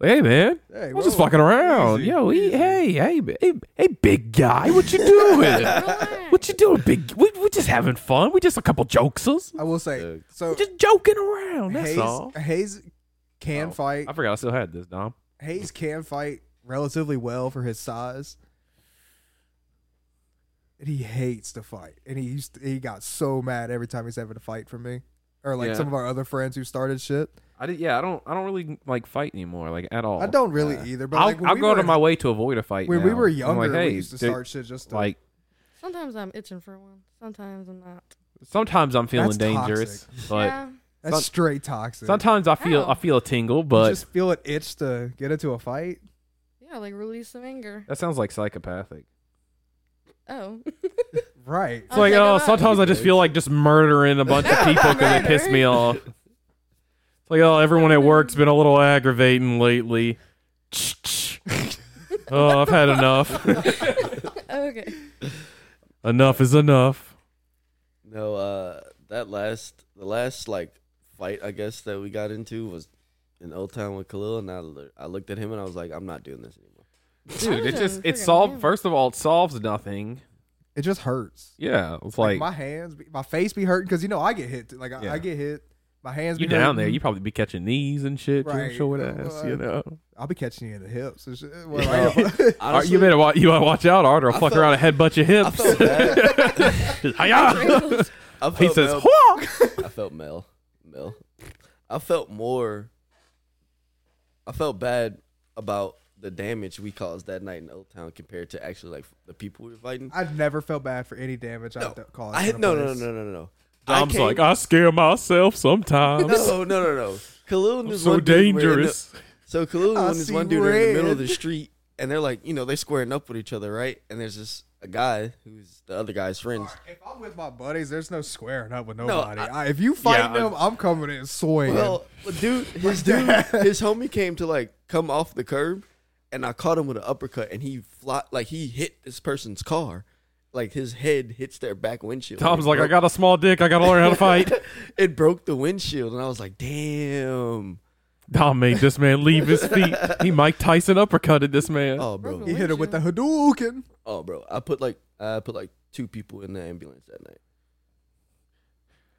Like, hey man,
Hey,
I'm just
whoa.
fucking around.
Easy,
Yo, he, hey, hey, b- hey, hey, big guy, what you doing?
*laughs*
*laughs* what you doing, big? We we just having fun. We just a couple jokesers.
I will say so.
We just joking around. That's
Uh, Hayes,
all.
Hayes can
Oh,
fight.
I forgot I still had this, Dom.
Hayes can fight relatively well for his size. And he hates to fight. And he used he got so mad every time he's having to fight for me. Or like
Yeah.
some of our other friends who started shit.
I did. Yeah, I don't. I don't really like fight anymore, like at all.
I don't really either, but
Oh, I'll,
like when
I'll
we
go
were,
out of my way to avoid a
*laughs*
fight.
when we
now.
were
I'm
younger,
like, hey,
we used to
dude,
start shit just to,
like
Sometimes I'm itching for one. Sometimes I'm not.
sometimes I'm feeling
That's
dangerous, but
yeah.
that's
some-
straight toxic.
sometimes I feel
Ow.
I feel a tingle.
you
But
just feel an itch to get into a fight.
Yeah. Yeah, like release some anger.
That sounds like psychopathic. *laughs*
Oh.
Right.
It's
I'll
like,
take
oh,
him out. *laughs*
sometimes I just feel like just murdering a
*laughs*
bunch of people because they piss me off. It's like, oh, everyone at work's been a little aggravating
*laughs*
lately. oh, I've had enough.
*laughs* okay.
enough is enough.
No, uh, that last the last like fight I guess that we got into was in Old Town with Khalil, and I li- I looked at him and I was like, I'm not doing this anymore.
Dude, it just,
Freaking
it solved,
damn.
first of all, it solves nothing.
It just hurts.
Yeah. It's
Like,
like,
my hands, be, my face be hurting because you know I get hit. too. Like I,
Yeah.
I get hit. My hands
you
be
down there,
hurting.
you probably be catching knees and shit.
Right.
Right. Showing ass, you know.
I'll be catching you in the hips. and shit. Well, right up-
*laughs*
Art,
Honestly,
you better watch, you better watch out, Art, or I'll fuck around and headbutt your
I
hips. *laughs*
felt bad.
Hi-yah!
I felt
he says,
bad.
"Whoa!"
I felt Mel. Mel. I felt more. I felt bad about the damage we caused that night in Old Town compared to actually like the people we were fighting.
*laughs* I've never felt bad for any damage
No,
I've d- caused.
I
in
had
a
no, no, no,
place.
no, no, no. I
Dom's
came-
like, I scare myself sometimes.
no, no, no, no. Khalil
I'm
knew
so
one dude were in the-
dangerous.
so Khalil
I
and this
see
one dude are in the middle of the
red.
street, and they're like, you know, they squaring up with each other, right? And there's this a guy who's the other guy's friends.
If I'm with my buddies, there's no squaring up with nobody.
I-
I, if you fight
Yeah, I-
them, I'm coming in swinging.
*laughs* Well, but dude, his dude, his homie came to like come off the curb, and I caught him with an uppercut, and he fly like he hit this person's car, like his head hits their back windshield.
Tom's
It
like, I
broke-
got a small dick. I got to learn how to fight.
*laughs* It broke the windshield, and I was like, damn.
Tom made this man leave his feet. He Mike Tyson uppercutted this man.
Oh,
Broke
he
the
bro,
hit him with the
windshield.
Hadouken.
oh, bro. I put like I put like two people in the ambulance that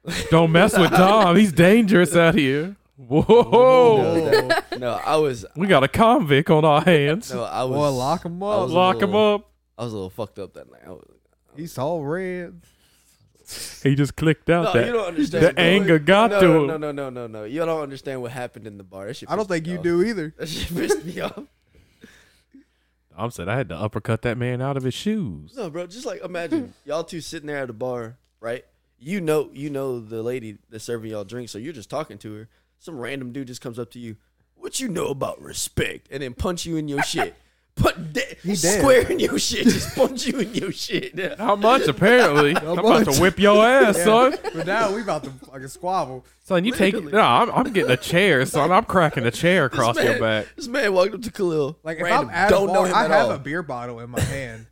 night.
Don't mess with Tom. He's dangerous out here. Whoa.
Oh, No, that- no, I was
We got a convict on our hands.
no, I
*laughs*
was
Boy, lock him
I
up.
was a
Lock him
little-
up.
I was a little fucked up that night. I was,
He's all red.
He just clicked
no,
out that.
you don't understand.
the
bro.
anger got
no,
to
no,
him.
No, no, no, no, no. You don't understand what happened in the bar. That shit
I don't
pissed
think
me
you
off.
do either.
That shit pissed me off.
Tom said, I had to uppercut that man out of his shoes.
No, bro. Just like imagine
Hmm.
y'all two sitting there at a bar, right? You know, you know the lady that's serving y'all drinks, so you're just talking to her. Some random dude just comes up to you. What you know about respect? And then punch you in your shit. Put de-
*laughs* He dead.
square in your shit. Just punch you in your shit.
*laughs*
*laughs*
How much, apparently? I'm about
much.
to whip your ass, son.
But now we about to fucking squabble.
Son, you take
Literally.
no. I'm, I'm getting a chair, son. I'm cracking a chair across
this man,
your back.
This man walked up to Khalil.
Like
random,
if I'm at
don't
a
know
bar,
him
I
at
have
all.
a beer bottle in my hand,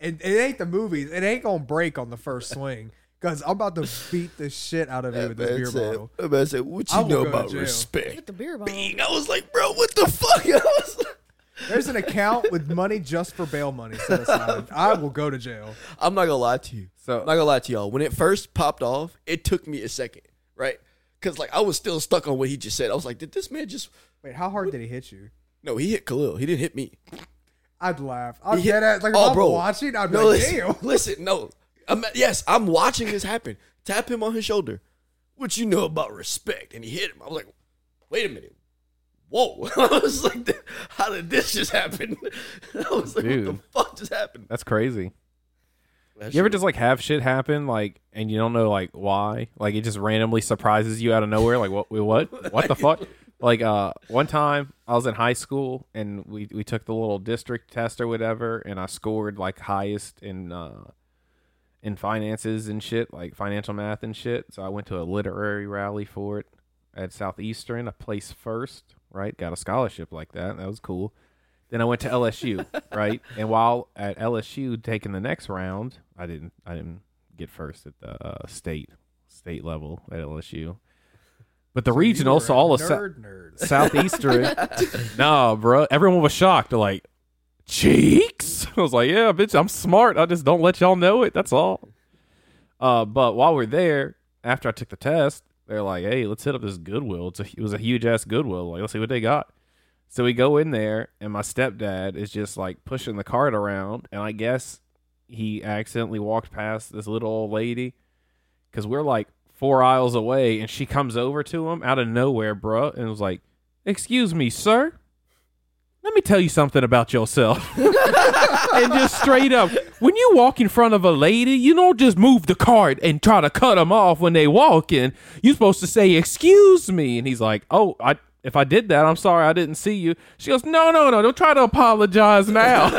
and it ain't the movies. It ain't gonna break on the first swing because I'm about to beat the shit out of you with
That man
this beer
said,
bottle.
that man said, "What
I
you
will
know
go to
about
jail."
respect?"
With the beer bottle.
Bing. I was like, "Bro, what the fuck?" *laughs* I was like-
There's an account with money just for bail money set aside. I will go to jail.
I'm not gonna lie to you.
So-
I'm not gonna lie to y'all. When it first popped off, it took me a second, right? Because like I was still stuck on what he just said. I was like, did this man just?
Wait, how hard did he hit you?
No, he hit Khalil. He didn't hit me.
I'd laugh. I'd
He hit-
get at like if I'm watching. I'd be
Oh, no,
like,
listen,
damn.
*laughs* listen, no. I'm, yes, I'm watching this happen. Tap him on his shoulder. What you know about respect? And he hit him. I was like, wait a minute. Whoa! *laughs* I was like, "Th- how did this just happen? *laughs* I was like, what
Dude.
the fuck just happened?
That's crazy. You ever just like have shit happen like and you don't know like why? Like it just randomly surprises you out of nowhere. Like what? wait, What? What the fuck? Like uh, one time I was in high school and we we took the little district test or whatever, and I scored like highest in uh in finances and shit, like financial math and shit. So I went to a literary rally for it at Southeastern. I placed first, right? Got a scholarship like that. That was cool. Then I went to *laughs* LSU, right? And while at LSU taking the next round, I didn't I didn't get first at the uh, state state level at LSU. But the regional, so all of a sudden
nerd nerd.
Southeastern. *laughs* nah, bro. Everyone was shocked. They're like, cheeks? *laughs* I was like, yeah, bitch, I'm smart. I just don't let y'all know it. That's all. Uh, but while we're there, after I took the test, they're like, hey, let's hit up this Goodwill. It's a, it was a huge ass Goodwill. Like, let's see what they got. So we go in there, and my stepdad is just like pushing the cart around, and I guess he accidentally walked past this little old lady because we're like four aisles away, and she comes over to him out of nowhere, bruh, and was like, "Excuse me, sir, let me tell you something about yourself." *laughs* and just straight up, when you walk in front of a lady, you don't just move the cart and try to cut them off when they walk in. You're supposed to say, "Excuse me," and he's like, "Oh, I." If I did that, I'm sorry I didn't see you. She goes, No, no, no, don't try to apologize now.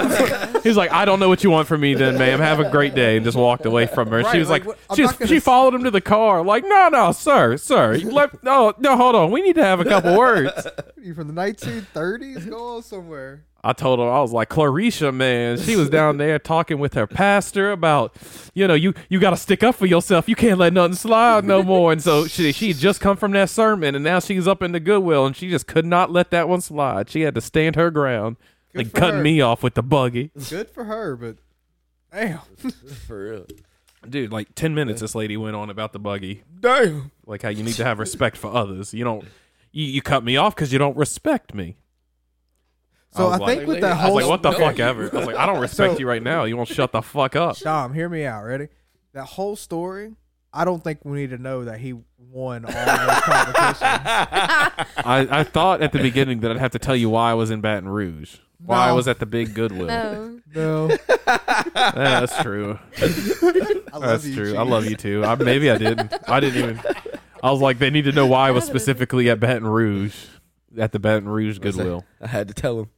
*laughs* He's like, I don't know what you want from me then, ma'am. Have a great day. And just walked away from her.
Right,
she was
like,
like,
what- I'm
she, was-
not gonna
she
s-
followed him to the car. Like, no, no, sir, sir. You left, no, no, hold on. We need to have a couple words.
You from the 1930s? Go on somewhere.
I told her I was like Clarisha, man. She was down there talking with her pastor about, you know, you you got to stick up for yourself. You can't let nothing slide no more. And so she she had just come from that sermon, and now she's up in the Goodwill, and she just could not let that one slide. She had to stand her ground.
Good
Like
for
cutting
her.
me off with the buggy,
Good for her, but damn.
For real.
dude. Like ten minutes, this lady went on about the buggy,
Damn.
like how you need to have respect for others. You don't, you, you cut me off because you don't respect me.
So
was
I,
like-
think with that
I
I
whole
was like, what the
No.
fuck ever. I was like, I don't respect
Oh, So-
you right now. You won't shut the fuck up.
Dom, hear me out. Ready? That whole story. I don't think we need to know that he won all those competitions.
I, I thought at the beginning that I'd have to tell you why I was in Baton Rouge. Why I
No.
was at the big Goodwill.
No.
No,
Yeah, that's true.
I love
That's
you,
true.
Chief.
I love you too. I, maybe I didn't. I didn't even. I was like, they need to know why I was specifically at Baton Rouge, at the Baton Rouge Goodwill.
I had to tell him.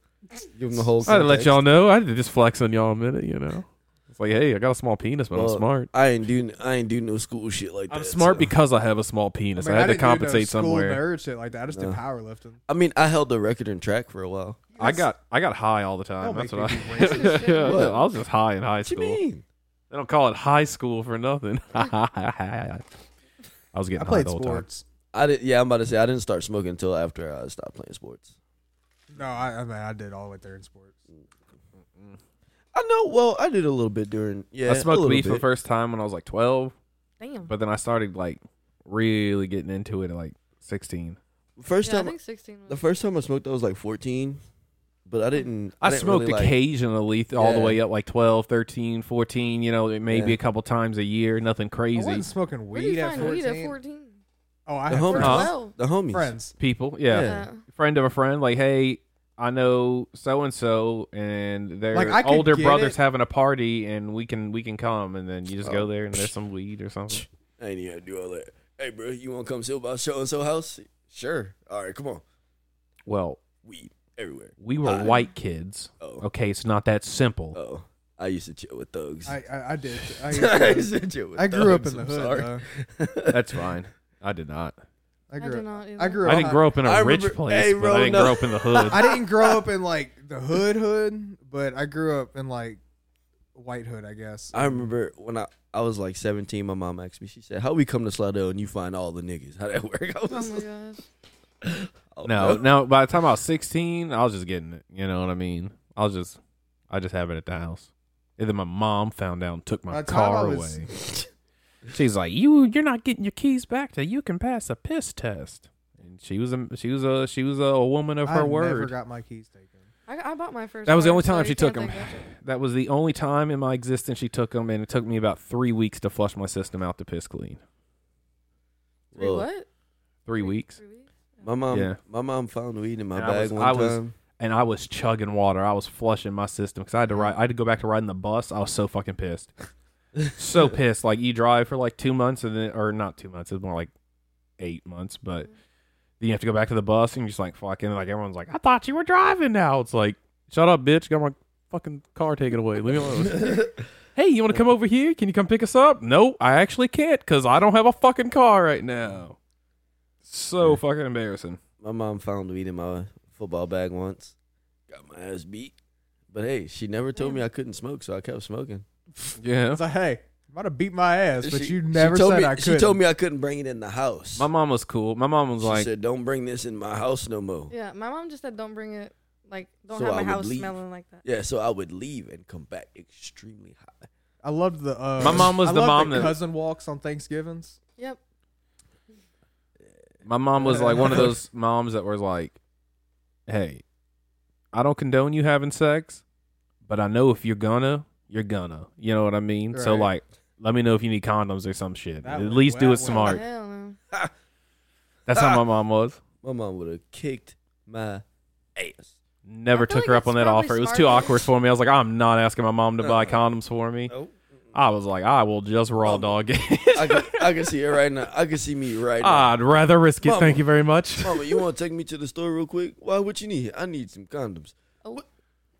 Give him the whole.
I had to let
context.
y'all know. I had to just flex on y'all a minute, you know. It's like, hey, I got a small penis, but
Well,
I'm smart.
I ain't do. I ain't do no school shit like that.
I'm smart
so-
because I have a small penis. I,
mean,
had to
didn't do no
compensate
school
somewhere.
Nerd shit like that. I just did
No.
powerlifting.
I mean, I held the record in track for a while.
I got I got high all the time.
Don't
That's
make
what I. *laughs*
me be
What?
I was just high in high
What you
school.
mean?
They don't call it high school for nothing. *laughs* I was getting
I
high
played
the whole time.
sports.
I did. Yeah, I'm about to say I didn't start smoking until after I stopped playing sports.
No, I, I mean I did all the way there in sports.
I know. Well, I did a little bit during. Yeah,
I
a
smoked
little
weed for the
bit.
first time when I was like 12,
Damn.
but then I started like really getting into it at like 16.
First
yeah, I
time,
think 16 was.
the first time I smoked, I was like 14, but I didn't.
I,
didn't
smoked
really, like-
occasionally th- all the
Yeah.
way up like 12, 13, 14, you know, it may be
Yeah.
a couple times a year, nothing
I
crazy.
wasn't smoking
Where do you
weed at,
find
14.
weed at 14?
Oh, I
The
had
homies.
friends.
Huh?
Well,
the homies.
friends.
People, yeah.
Yeah.
uh,
Friend of a friend, like, hey, I know so and so, and their
Like, I could
older
get
brother's
it.
having a party, and we can we can come, and then you just
Oh.
go there and there's some weed or something.
I ain't even gotta do all that. Hey, bro, you want to come sit by so and so house? Sure. All right, come on.
Well,
Weed everywhere.
we were
Uh,
white kids.
Oh,
Okay, it's not that simple.
oh. I used to chill with thugs.
I, I I did.
*laughs*
I, used
I
to-
used to chill with
I grew up in
thugs,
the
I'm
hood.
sorry.
though.
That's fine. I did not.
I
I
grew
did
up.
not either.
I grew up.
I didn't grow up in a
I
rich
remember-
place,
hey,
but
bro,
I didn't
no.
grow up in
*laughs*
the hood.
I didn't grow up in like the hood hood, but I grew up in like white hood, I guess.
I remember when I, I was like 17, my mom asked me, she said, How we come to Slidell and you find all the niggas? How that *laughs* work? I
Oh
was
my gosh.
*laughs* oh,
no, no. By the time I was sixteen, I was just getting it. You know what I mean? I was just, I just have it at the house. And then my mom found out and took
By
my
the time
car
I was-
away. She's like, "You, you're not getting your keys back till you can pass a piss test." And she was a, she was a, she was a woman of her
I Never
word.
got my keys taken.
I, I bought my first.
That was the
car,
only
so
time
you
she took
can't
him.
think of it.
That was the only time in my existence she took them, and it took me about three weeks to flush my system out to piss clean.
*laughs*
Three
Well,
what?
Three weeks,
Three weeks?
My mom,
Yeah.
my mom found weed in my
And I
bag
was-
one
I was-
time.
and I was chugging water. I was flushing my system because I had to ride. I had to go back to riding the bus. I was so fucking pissed,
*laughs*
*laughs* so pissed. Like you drive for like two months, and then or not two months. It's more like eight months, but then you have to go back to the bus, and you're just like fucking. Like everyone's like, I thought you were driving. Now it's like, shut up, bitch. Got my fucking car taken away. Leave me *laughs* alone. hey, you want to come over here? Can you come pick us up? No, I actually can't because I don't have a fucking car right now. So fucking embarrassing.
*laughs* My mom found weed in my football bag once. Got my ass beat. But hey, she never told me I couldn't smoke, so I kept smoking.
Yeah.
It's like, hey, you might have beat my ass, but
She-
you never
she told
said
me,
I
She
could.
told me I couldn't bring it in the house.
My mom was cool. My mom was
she
like,
said, Don't bring this in my house no more.
Yeah, my mom just said don't bring it. Like don't
So
have
I
my
would
house
leave.
smelling like that.
Yeah, so I would leave and come back extremely high.
I loved the. Uh,
My mom was
I
the
loved
mom that-
cousin walks on Thanksgivings.
Yep.
My mom was like one of those moms that was like, "Hey, I don't condone you having sex, but I know if you're gonna, you're gonna. You know what I mean? So
Right.
like, let me know if you need condoms or some shit.
That
At
was-
least do
that
it
was-
smart.
Hell no.
That's
*laughs*
how my mom was.
My mom would have kicked my ass.
Never
I feel
took her
like
up on
that's
that
probably
offer. It was
smart
too
*laughs*
though.
awkward for me. I was like, I'm not asking my mom to buy
Uh-uh.
condoms for me.
Nope.
I was like, I will just raw dog it.
I can, I
*laughs*
can see it right now. I can see me right now.
I'd rather risk it.
Mama.
Thank you very much.
Mama, you want to take me to the store real quick? Why? What you need? I need some condoms. What,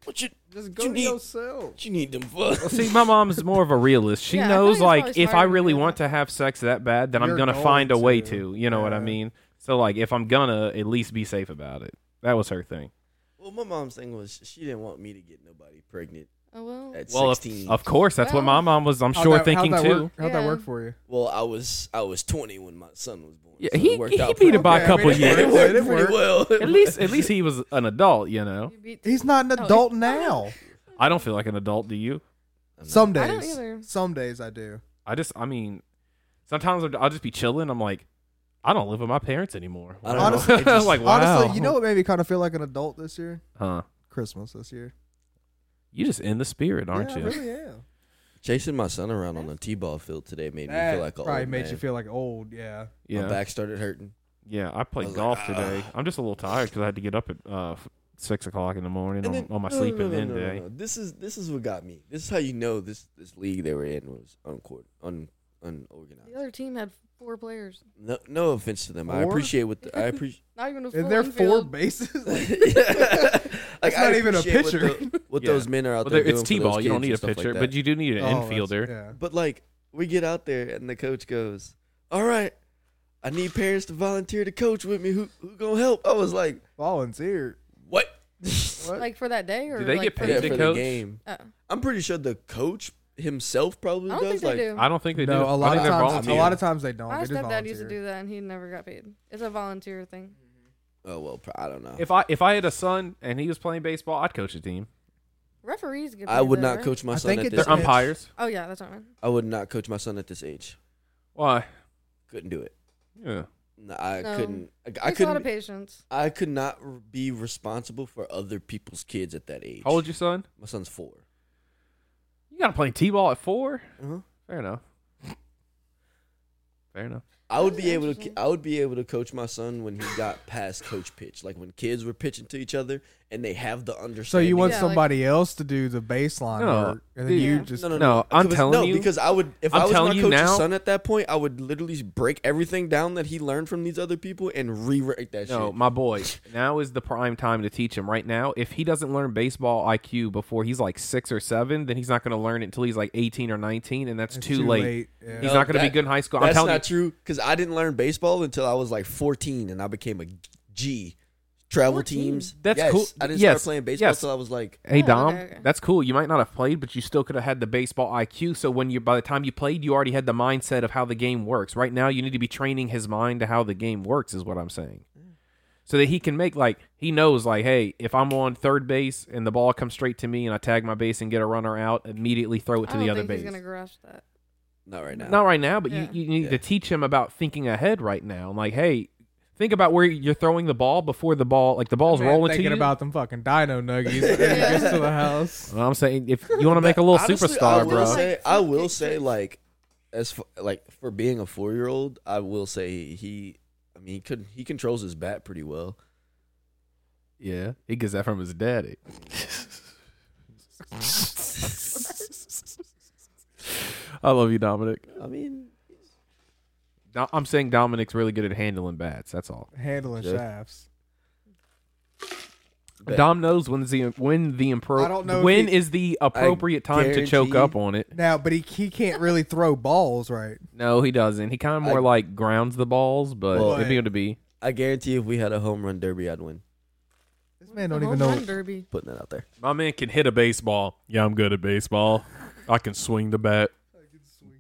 what you?
Just
You
go to
need-
yourself.
What you need them for? *laughs*
See, my mom's more of a realist. She
Yeah, I feel
knows,
like it's
like,
probably
if I
smarter to
really
do
want to have sex that bad, then I'm
You're
gonna
going
find a way
to.
to. You know what I
Yeah.
mean? So, like, if I'm gonna, at least be safe about it. That was her thing.
well, my mom's thing was she didn't want me to get nobody pregnant
Oh well.
at
Well, of,
sixteen.
of course, that's what my
Well-
mom was. I'm
How'd
sure
that-
thinking
how'd that
too.
Work, how'd that
Yeah.
work for you?
well, I was I was twenty when my son was born.
Yeah,
so
he-
it worked
he
out
beat
pretty-
it by a
Okay,
couple
I mean, It
years.
*laughs* It
worked, it
worked pretty
worked.
well.
At least, at
*laughs*
least he was an adult. You know,
You beat
He's not an
Oh,
adult
he's-
now.
I don't feel like an adult. Do you?
Some
I don't
days,
either.
some days I do.
I just, I mean, sometimes I'll- I'll just be chilling. I'm like, I don't live with my parents anymore.
I don't
*laughs*
Honestly-
know. It just-
like, wow.
Honestly, you know what made me kind of feel like an adult this year?
huh?
Christmas this year.
You just in the spirit, aren't
yeah,
you?
I really am.
chasing my son around on a t-ball field today made me
That
feel like a
probably
old
made
man.
you feel like old. Yeah.
Yeah.
My back started hurting.
Yeah, I played
was like,
golf
"Ah."
today. I'm just a little tired because I had to get up at uh, f- six o'clock in the morning on,
And then-
on my
no, no,
sleeping
no,
*laughs*
no,
in
no,
day.
no, no. This is this is what got me. This is how you know this this league they were in was uncoord un
The
unorganized.
other team had four players.
No, no offense to them. I
Four?
appreciate what the, I
*laughs*
appreciate.
Not even a full
And there are four
*laughs*
infield.
bases. *laughs* Oh, Like, *laughs*
*laughs* like,
That's not
I
even a
appreciate what
pitcher.
the- What
Yeah.
those men are
Well,
out there.
there- it's
doing for
t-ball.
those
You don't
kids
need
and
a
stuff like
pitcher,
that.
but you do need an
Oh, that's-
infielder.
Yeah.
But like we get out there and the coach goes, "All right, I need parents to volunteer to coach with me. Who who gonna help?" I was like,
Volunteered.
"What?" *laughs*
What?
Like for that day, or
Do they
like
get
for-
paid
yeah,
to
for the
coach?
game.
Oh.
I'm pretty sure the coach himself probably
I don't
does
think they
like
do.
I don't think they do.
no, a lot of
I think they're
times, a
volunteer.
lot of times they don't.
My
They just
stepdad used
volunteer.
to do that, and he never got paid. It's a volunteer thing.
Oh well, pro- I don't know.
If I if I had a son and he was playing baseball, I'd coach a team.
Referees get. Paid
I would
though,
not
right?
coach my
I
son
think
at
it
this.
They're
depends.
Age.
umpires.
Oh yeah, that's what I meant.
I would not coach my son at this age.
Why?
Couldn't do it.
Yeah.
No, I
No.
couldn't. I, I
Takes a lot
couldn't.
of patience.
I could not r- be responsible for other people's kids at that age.
How old's your son?
My son's four.
You gotta play t-ball at four.
Uh-huh.
Fair enough. Fair enough.
I would
That's
be able to.
interesting.
I would be able to coach my son when he got past coach pitch, like when kids were pitching to each other and they have the understanding.
So you want
Yeah, like-
somebody else to do the baseline
No,
work, and then
dude.
you
Yeah.
just
No, no, no.
No, I'm
because,
telling
no,
you-
because I would. If
I'm
i was
telling
my
you
coach's
now-
son at that point, I would literally break everything down that he learned from these other people and rewrite that
No,
shit.
my boy. Now is the prime time to teach him. Right now, if he doesn't learn baseball IQ before he's like six or seven, then he's not going to learn it until he's like eighteen or nineteen, and that's
It's
too,
too
late.
late, yeah.
He's
No,
not going to be
that-
good in high school. I'm
That's
telling
not true because I didn't learn baseball until I was like 14 and I became a G. Travel
14?
teams.
That's
Yes,
cool.
I didn't
Yes,
start playing baseball
yes.
until I was like,
you, hey
Yeah,
Dom,
okay, okay.
that's cool. You might not have played, but you still could have had the baseball IQ. So when you by the time you played, you already had the mindset of how the game works. Right now, you need to be training his mind to how the game works. Is what I'm saying. So that he can make like he knows like hey if I'm on third base and the ball comes straight to me and I tag my base and get a runner out immediately throw it to
I don't
the other
think
base.
he's gonna grasp that.
not right now.
Not right now, but
Yeah.
you, you need
Yeah.
to teach him about thinking ahead right now. Like, hey, think about where you're throwing the ball before the ball, like the ball's
Man,
rolling to
thinking
you.
about them fucking dino nuggies when he gets to the house.
Well, I'm saying if you want to make a little
Honestly, I
superstar,
will
bro.
Say,
Like,
I
fucking
will say,
kids.
like, as for, like for being a four year old, I will say he. I mean, he could he controls his bat pretty well.
yeah, he gets that from his daddy. I love you, Dominic.
I mean,
Do- I'm saying Dominic's really good at handling bats. That's all.
*laughs* Handling
Yeah.
shafts.
Bet.
Dom knows when's the when the impro-
I don't know if
when
he-
is the appropriate time to choke
guarantee-
up on it.
Now, but he he can't really throw balls, right?
No, he doesn't. He kind of more
I-
like grounds the balls, but
Well,
it'd be able to be.
I guarantee if we had a home run derby, I'd win.
This man
The
don't even
home
know.
run derby.
Putting that out there.
My man can hit a baseball. Yeah, I'm good at baseball. I can swing the bat.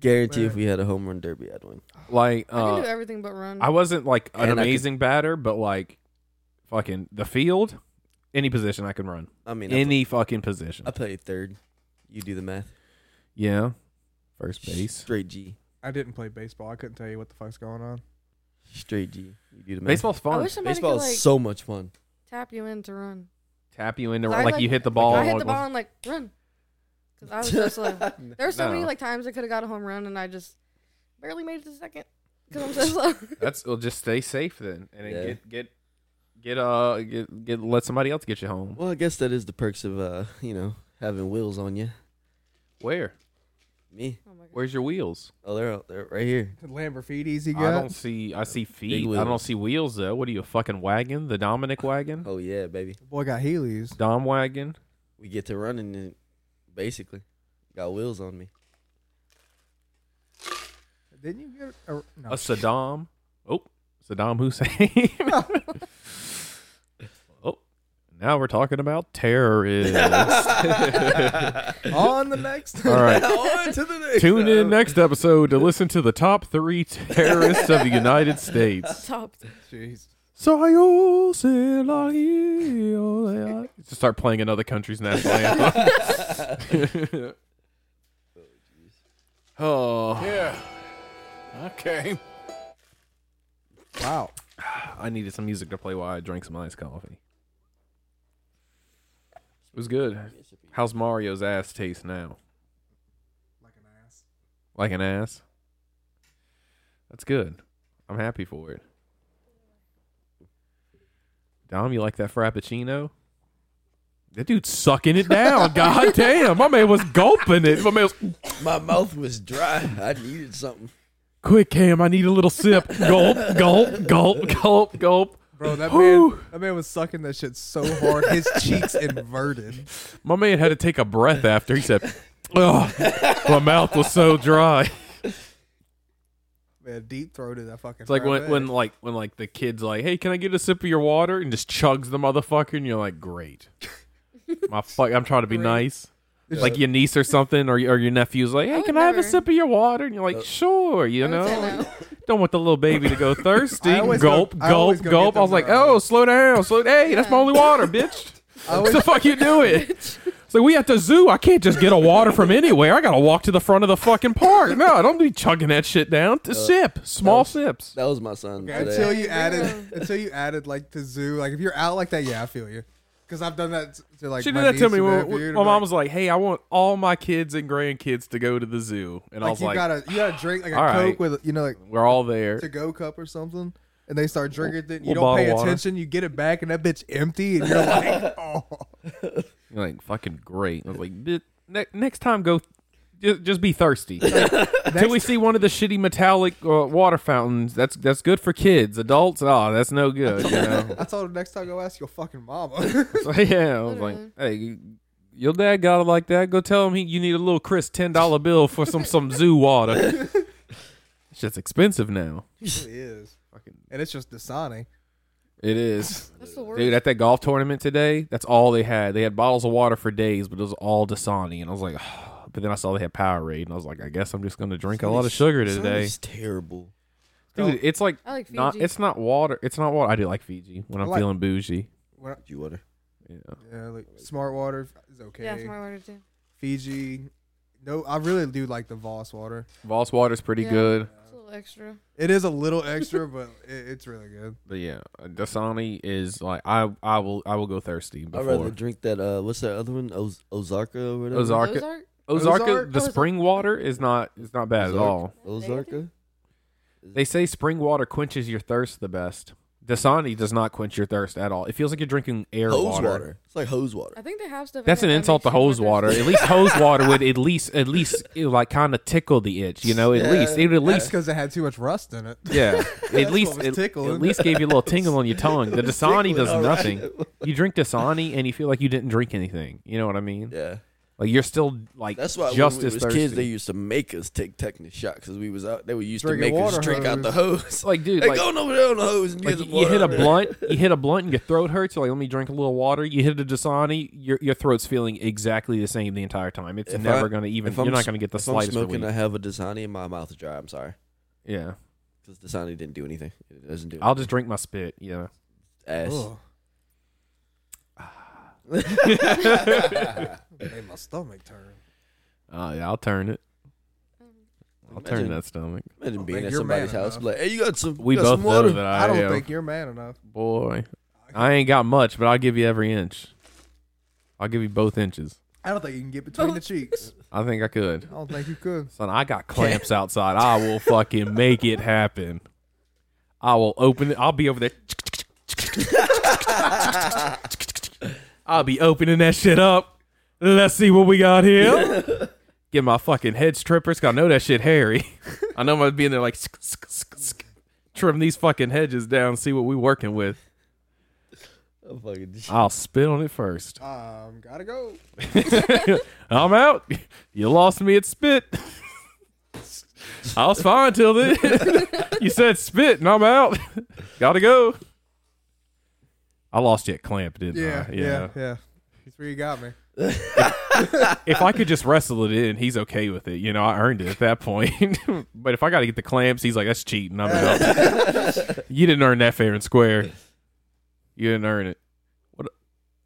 Guarantee if we had a home run derby, I'd win.
Like
I can do
uh,
everything but run.
I wasn't like an
And I could-
amazing batter, but like fucking the field, any position I can run,
I mean, I,
any fucking position.
pl- I play third. You do the math.
yeah, first base.
Straight G.
I didn't play baseball. I couldn't tell you what the fuck's going on.
Straight G. You do the math.
Baseball's
I
fun.
wish somebody
Baseball
could like
is so much fun.
tap you in
*laughs*
to run.
Tap you in the
I
like, like
like-
you hit the ball.
I
and
hit
one-
the ball and like run, because *laughs* I was
*laughs*
so slow.
*laughs*
There were so many
No.
like times I could have got a home run and I just barely made it to second because I'm so slow. *laughs*
That's well, just stay safe then, and then
Yeah.
get get get uh get, get let somebody else get you home.
Well, I guess that is the perks of uh, you know, having wheels on you.
Where?
Me.
Oh my god.
Where's your wheels?
Oh, they're out there, right here.
Lamborghinis he
I
got.
don't see. I see
Big
feet. I don't
wheels.
see wheels though. What are you a fucking wagon? The Dominic wagon?
Oh yeah, baby.
Boy got Heelys.
Dom wagon?
We get to running and basically got wheels on me.
Didn't you get a, no?
A Saddam? Oh, Saddam
*laughs*
Hussein. oh, now we're talking about
*laughs*
terrorists.
on the next?
*laughs* All right.
on to the next.
Tune in next episode to listen to the top three terrorists of the United
*laughs*
States.
Stop.
*laughs* Jeez.
Sayol Selahi. Just start playing another country's national *laughs* anthem. oh,
Okay.
Wow.
*sighs* I needed some music to play while I drank some iced coffee. It was good. How's Mario's ass taste now?
Like an ass.
Like an ass? That's good. I'm happy for it. Dom, you like that frappuccino? That dude's sucking it down. God damn. My man was gulping it. My man was,
My mouth was dry. I needed something.
quick, Cam, I need a little sip. Gulp, gulp, gulp, gulp, gulp.
Bro, that man,
Whew.
that man was sucking that shit so hard, his cheeks inverted.
My man had to take a breath after. He said, oh, my mouth was so dry.
Man, deep throated that fucking.
It's like when, when like when like the kid's like, "Hey, can I get a sip of your water?" and just chugs the motherfucker, and you're
*laughs*
like, "Great, my fuck, I'm trying to be nice." Like your niece or something, or or your nephew's like, "Hey,
would
can I have a
never.
sip of your water?" and you're
Uh,
like, "Sure," you
I would say
know.
no.
Don't want the little baby
*laughs*
to go thirsty.
I always
gulp,
go- I always go
gulp, gulp.
get
I was
them uh,
like,
their
"Oh,
own."
slow down, slow. Hey, that's my only water, bitch."
*laughs*
What *laughs*
always-
the fuck you doing?
*laughs*
It's like we at the zoo. I can't just get a water from anywhere. I gotta walk to the front of the fucking park. No, I don't be chugging that shit down.
Uh,
sip, small sips.
That was my son.
Okay,
today.
until you added, until you added like to zoo, like if you're out like that, yeah, I feel you. Because I've done that to like.
she
my
did that
niece
to me.
and
When,
nephew,
when
and
my
I'm
mom was like, "Hey, I want all my kids and grandkids to go to the zoo," and I
like,
was
you
like,
gotta, you gotta drink like a
all
coke
right.
with you know like
"We're all there."
to go cup or something, and they start drinking it. You
Little
don't pay
bottle water.
attention. You get it back, and that bitch empty, and you're like, *laughs*
*laughs*
oh.
You're like, "Fucking great." I was like, "Bi- ne- "Next time, go." Just, just be
*laughs*
thirsty. Until we see one of the shitty metallic uh, water fountains, that's that's good for kids. Adults, oh, that's no good. You
*laughs*
know?
I told her next time go ask your fucking mama. *laughs*
So, yeah, I was like, hey, you- your dad got it like that. Go tell him he, you need a little crisp ten dollar bill for some some
*laughs*
zoo water. Shit's expensive now.
it
*laughs*
is. And it's just Dasani.
It is,
That's the worst.
dude. At that golf tournament today, that's all they had. They had bottles of water for days, but it was all Dasani, and I was like. *sighs* But then I saw they had Powerade, and I was like, I guess I'm just going to drink a lot of sugar today,
It's terrible.
dude. It's like,
I like
not,
Fiji.
it's not water. It's not water. I do like Fiji when I'm
like-
feeling bougie.
When I-
You water.
Yeah.
yeah, like smart water is okay.
Yeah, smart water too.
Fiji. No, I really do like the Voss water.
Voss water's pretty
Yeah.
good.
It's a little extra.
It is a little extra, *laughs* but it, it's really good.
But yeah, Dasani is like I I will I will go thirsty
I'd
before
rather drink that. Uh, what's that other one? Oz- Ozarka or whatever.
Ozarka.
Ozark?
Ozarka,
Ozark?
the
Ozark.
spring water is not is not bad at
Ozark.
all.
Ozarka.
They say spring water quenches your thirst the best. Dasani does not quench your thirst at all. It feels like you're drinking air
Hose
water.
water. It's like hose water.
I think they have stuff. in
That's
it
an
that
insult to
makes you more
hose water.
thirsty.
At least hose water would at least at least it would, like kind of tickle the itch, you know. At least it would at
That's
*laughs*
least
because it had too much rust in it.
yeah. at least
was
it, at
tickling.
least gave you a little tingle on your
*laughs*
tongue. The Dasani does
all right. *laughs*
nothing. You drink Dasani and you feel like you didn't drink anything. You know what I mean?
Yeah.
Like you're still like
That's why
just
when we
as
was
thirsty.
kids, they used to make us take tetanus shots because we was out. They were used
Drinking
to make us
water
drink out the hose. "Oh,
like dude,
Hey,
like,
go over there on the hose and
like
get some
you hit a
water. *laughs*
blunt, you hit a blunt and your throat hurts. You're like, let me drink a little water. You hit a Dasani, your your throat's feeling exactly the same the entire time. It's
If
never
I-
gonna even.
If
You're
I'm
not
s-
gonna get the
if
slightest
I'm smoking,
relief.
I have a Dasani and my mouth is dry. I'm sorry
yeah,
because Dasani didn't do anything. It doesn't do
I'll just drink my spit. Yeah,
ass.
Ugh.
*laughs*
Made my stomach turn.
uh, yeah, I'll turn it. I'll turn
Imagine-
that stomach.
Imagine being
man,
at
you're
somebody's
man
house,
enough.
be like, hey, you got some.
We
you got
both
some
know
water.
that I,
I don't
am.
think you're man enough.
boy. I ain't got much, but I'll give you every inch. I'll give you both inches.
I don't think you can get between
*laughs*
the cheeks.
I think I could.
I don't think you could.
Son, I got clamps outside. I will fucking make it happen. I will open it. I'll be over there. I'll be opening that shit up. Let's see what we got here. Get my fucking head stripper. It's got know that shit hairy. I know I'm gonna be in there like sk, sk, sk, sk, trim these fucking hedges down. See what we working with.
*laughs*
I'm fucking just-
I'll spit on it first.
Um, gotta go.
I'm out. You lost me at spit. I was fine till then.
*laughs*
you said spit, and I'm out. Gotta go. I lost you at clamp, didn't
Yeah,
I?
yeah, yeah. That's where you got me.
if I could just wrestle it in, he's okay with it. You know, I earned it at that point. *laughs* but if I got to get the clamps, he's like, that's cheating. I'm out.
*laughs*
you didn't earn that fair and square. You didn't earn it. What?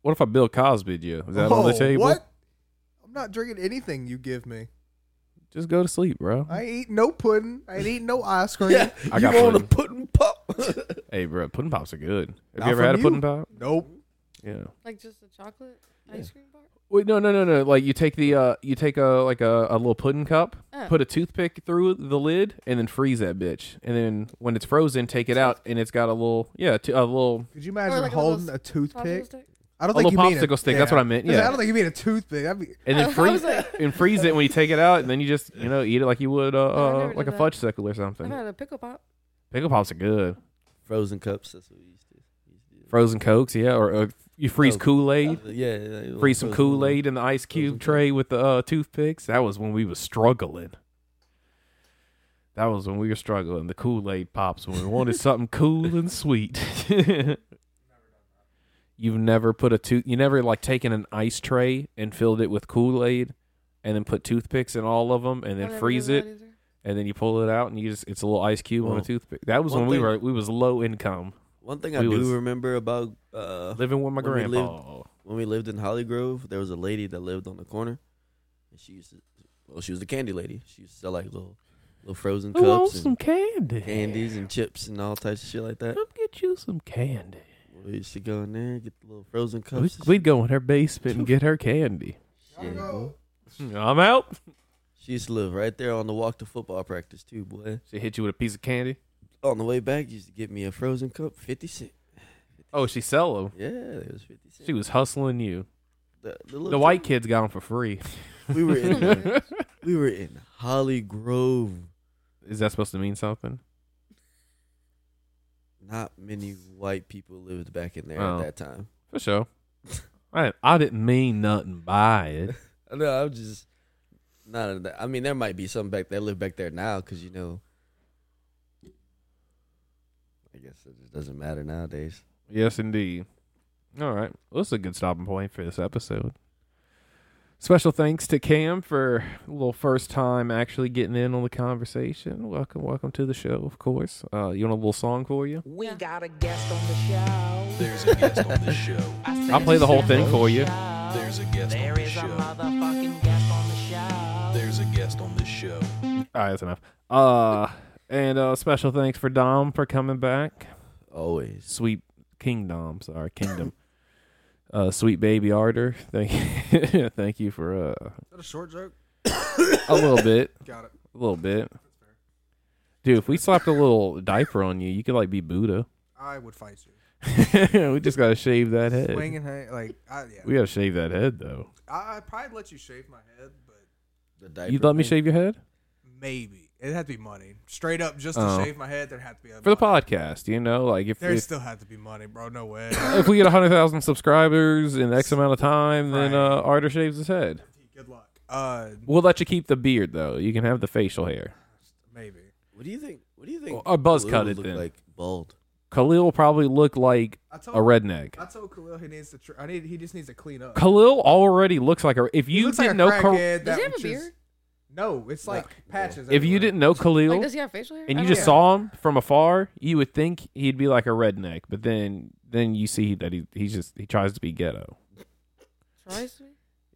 What if I Bill Cosby'd you? Is that on the
Oh,
table?
What? I'm not drinking anything you give me.
Just go to sleep, bro.
I ain't eat no pudding. I ain't eat no ice cream.
yeah,
I
you
got
want a
pudding.
pudding pop? *laughs*
Hey, bro, pudding pops are good. Have
Not
you ever had a
from you.
pudding pop?
Nope.
Yeah.
*laughs* Like just a chocolate ice cream bar?
Wait, no, no, no, no. Like you take the uh, you take a like a, a little pudding cup,
Oh.
put a toothpick through the lid, and then freeze that bitch. And then when it's frozen, take it out, and it's got a little yeah, t- a little.
Could you imagine
like a little
holding a,
s-
toothpick?
Popsicle stick?
I don't
A
think
little
you mean
popsicle stick, that's what I meant,
Listen,
yeah.
I don't think you mean a toothpick. That'd be
And then
*laughs* I
freeze
was like-
and freeze it when you take it out, and then you just you know eat it like you would uh,
I
uh
never
like a
did that.
fudgesicle or
I've
something.
had a pickle pop.
Pickle pops are good.
Frozen cups. That's what we used to.
Frozen cokes, yeah, or uh, you freeze
Oh.
Kool Aid,
Yeah, yeah, yeah,
freeze some
frozen
Kool Aid in the ice
Frozen
cube
Kool-Aid.
tray with the uh, toothpicks. That was when we was struggling. That was when we were struggling. The Kool Aid pops when we wanted something cool and sweet. *laughs* You've never put a tooth. You never like taken an ice tray and filled it with Kool Aid, and then put toothpicks in all of them, and
I
then
never
freeze
did
it,
that either.
and then you pull it out, and you just it's a little ice cube on a
Well,
toothpick. That was
Oh. one
when we
thing-
were we was low income,
One thing I
We
do
was-
remember about uh,
living with my
When we lived-
grandpa.
when we lived in Holly Grove, there was a lady that lived on the corner, and she used to, well, she was the candy lady. She used to sell like little, little frozen
Who wants
cups
some
and
candy?
candies and chips and all types of shit like that.
Come get you some candy.
We used to go in there, get the little frozen
We'd,
cups.
we'd go in her basement and get her candy.
and shit,
*laughs*
boy.
I'm out.
She used to live right there on the walk to football practice too, boy.
She hit you with a piece of candy.
On the way back, used to get me a frozen cup, fifty cent.
Oh, she sell them.
Yeah, it was fifty cent.
She was hustling you.
the, the
The
little
white kids got them for free.
We
*laughs*
were in, we were in Holly Grove.
Is that supposed to mean something?
Not many white people lived back in there
Oh.
at that time.
For sure. I I didn't mean nothing by it.
*laughs* I know. I'm just not. in that- I mean, there might be some back that live back there now because you know. I guess it just doesn't matter nowadays.
Yes, indeed. All right. Well, this is a good stopping point for this episode. Special thanks to Cam for a little first time actually getting in on the conversation. Welcome, welcome to the show, of course. Uh, you want a little song for you?
We got a guest on the show.
There's a guest on the show.
I'll play the whole thing for you.
There's a guest on
There
the
is a
show.
motherfucking guest on the show.
There's a guest on the show.
All right, that's enough. Uh, and uh, special thanks for Dom for coming back.
*laughs* Always.
Sweet King Dom, sorry,
*laughs*
Kingdom. uh, sweet baby Arter, thank you, *laughs* thank you for uh,
that a short joke?
a little bit,
Got it.
a little bit. Dude, if we slapped a little diaper on you, you could like be Buddha. *laughs*
I would fight you.
we just gotta shave that head.
Swinging hand, like I, yeah.
We gotta shave that head though.
I, I'd probably let you shave my head, but
The diaper
You let me
thing.
shave your head
maybe it'd have to be money. Straight up, just to
Oh.
shave my head, there'd have to be a
for the
money.
podcast. You know, like if
There'd
if,
still have to be money, bro. No way.
*coughs* if we get hundred thousand subscribers in X amount of time, then uh, Arter shaves his head.
Good luck. Uh,
We'll let you keep the beard though. You can have the facial hair.
maybe.
What do you think? What do you think?
Or buzz
Lil
cut it
looked
then.
Like bald.
Khalil will probably look like
I told
a redneck.
I told Khalil he needs to. Tr- I need. He just needs to clean up.
Khalil already looks like a. If
He
you
looks
didn't
like a
know, Khal-
crackhead
Does
that
he have a
would just-
beard?
No, it's like patches.
if you
everywhere.
didn't know Khalil
Like does he have facial hair?
and
I
you
don't
just
know.
saw him from afar, you would think he'd be like a redneck. But then, then you see that he he's just he tries to be ghetto.
Tries to be?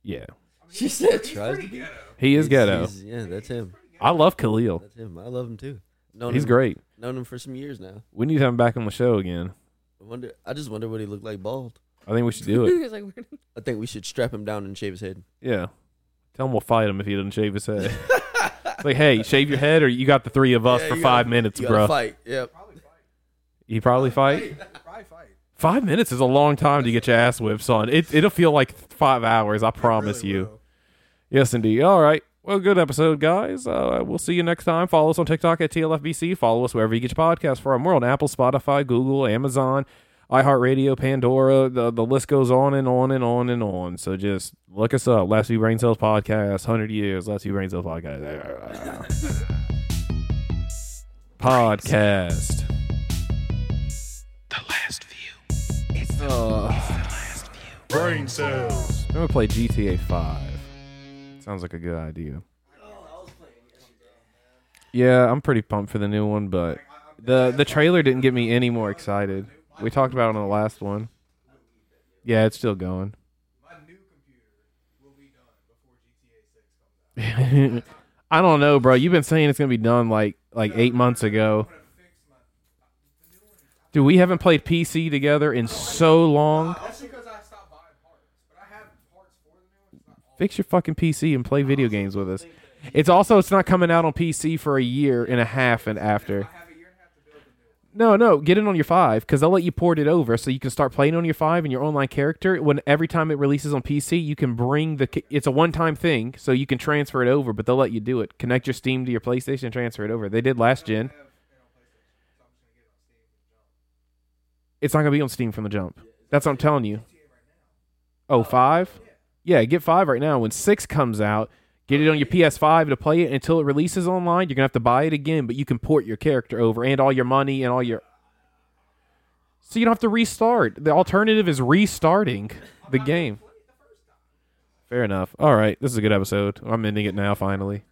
Yeah,
She said, "Tries to be
he is
He's-
ghetto.
he's- Yeah, that's him.
I love Khalil.
That's him. I love him too. Known
He's
him,
great.
Known him for some years now.
We need to have him back on the show again.
I wonder. I just wonder what he looked like bald.
I think we should do
*laughs*
it.
*laughs* He's like, where did-
I think we should strap him down and shave his head.
Yeah, tell him we'll fight him if he doesn't shave his
*laughs*
head. It's like, hey, shave your head, or you got the three of us
Yeah,
for
you
5
gotta-
minutes,
you gotta
bro.
Fight. Yep.
You probably fight.
*laughs* Probably fight.
Five minutes is a long time to get your ass whipped, son. It it'll feel like five hours. I promise
Really
you.
will.
Yes, indeed. All right. Well, good episode, guys. Uh, we'll see you next time. Follow us on TikTok at TLFBC. Follow us wherever you get your podcast from. We're on Apple, Spotify, Google, Amazon, iHeartRadio, Pandora. The, the list goes on and on and on and on. So just look us up. Last Few Brain Cells Podcast, 100 Years, Last Few Brain
*laughs*
Cells Podcast. podcast.
The last few. It's the, it's the last few.
Brain cells.
I'm going to play GTA 5. Sounds like a good idea. Yeah, I'm pretty pumped for the new one, but the the trailer didn't get me any more excited. We talked about it on the last one. Yeah, it's still going. *laughs* I don't know, bro. You've been saying it's gonna be done like like eight months ago. Dude, we haven't played PC together in so long. Fix your fucking PC and play video games with us. It's also it's not coming out on PC for a year and a half and after. No, no, get it on your five because they'll let you port it over so you can start playing on your five and your online character. When every time it releases on PC, you can bring the. ca- It's a one-time thing, so you can transfer it over, but they'll let you do it. Connect your Steam to your PlayStation, and transfer it over. They did last gen. It's not gonna be on Steam from the jump. That's what I'm telling you. Oh, five? Yeah, get five right now. When six comes out, get it on your PS5 to play it until it releases online. You're gonna have to buy it again, but you can port your character over and all your money and all your. So you don't have to restart. The alternative is restarting the game. Fair enough. All right, this is a good episode. I'm ending it now. Finally.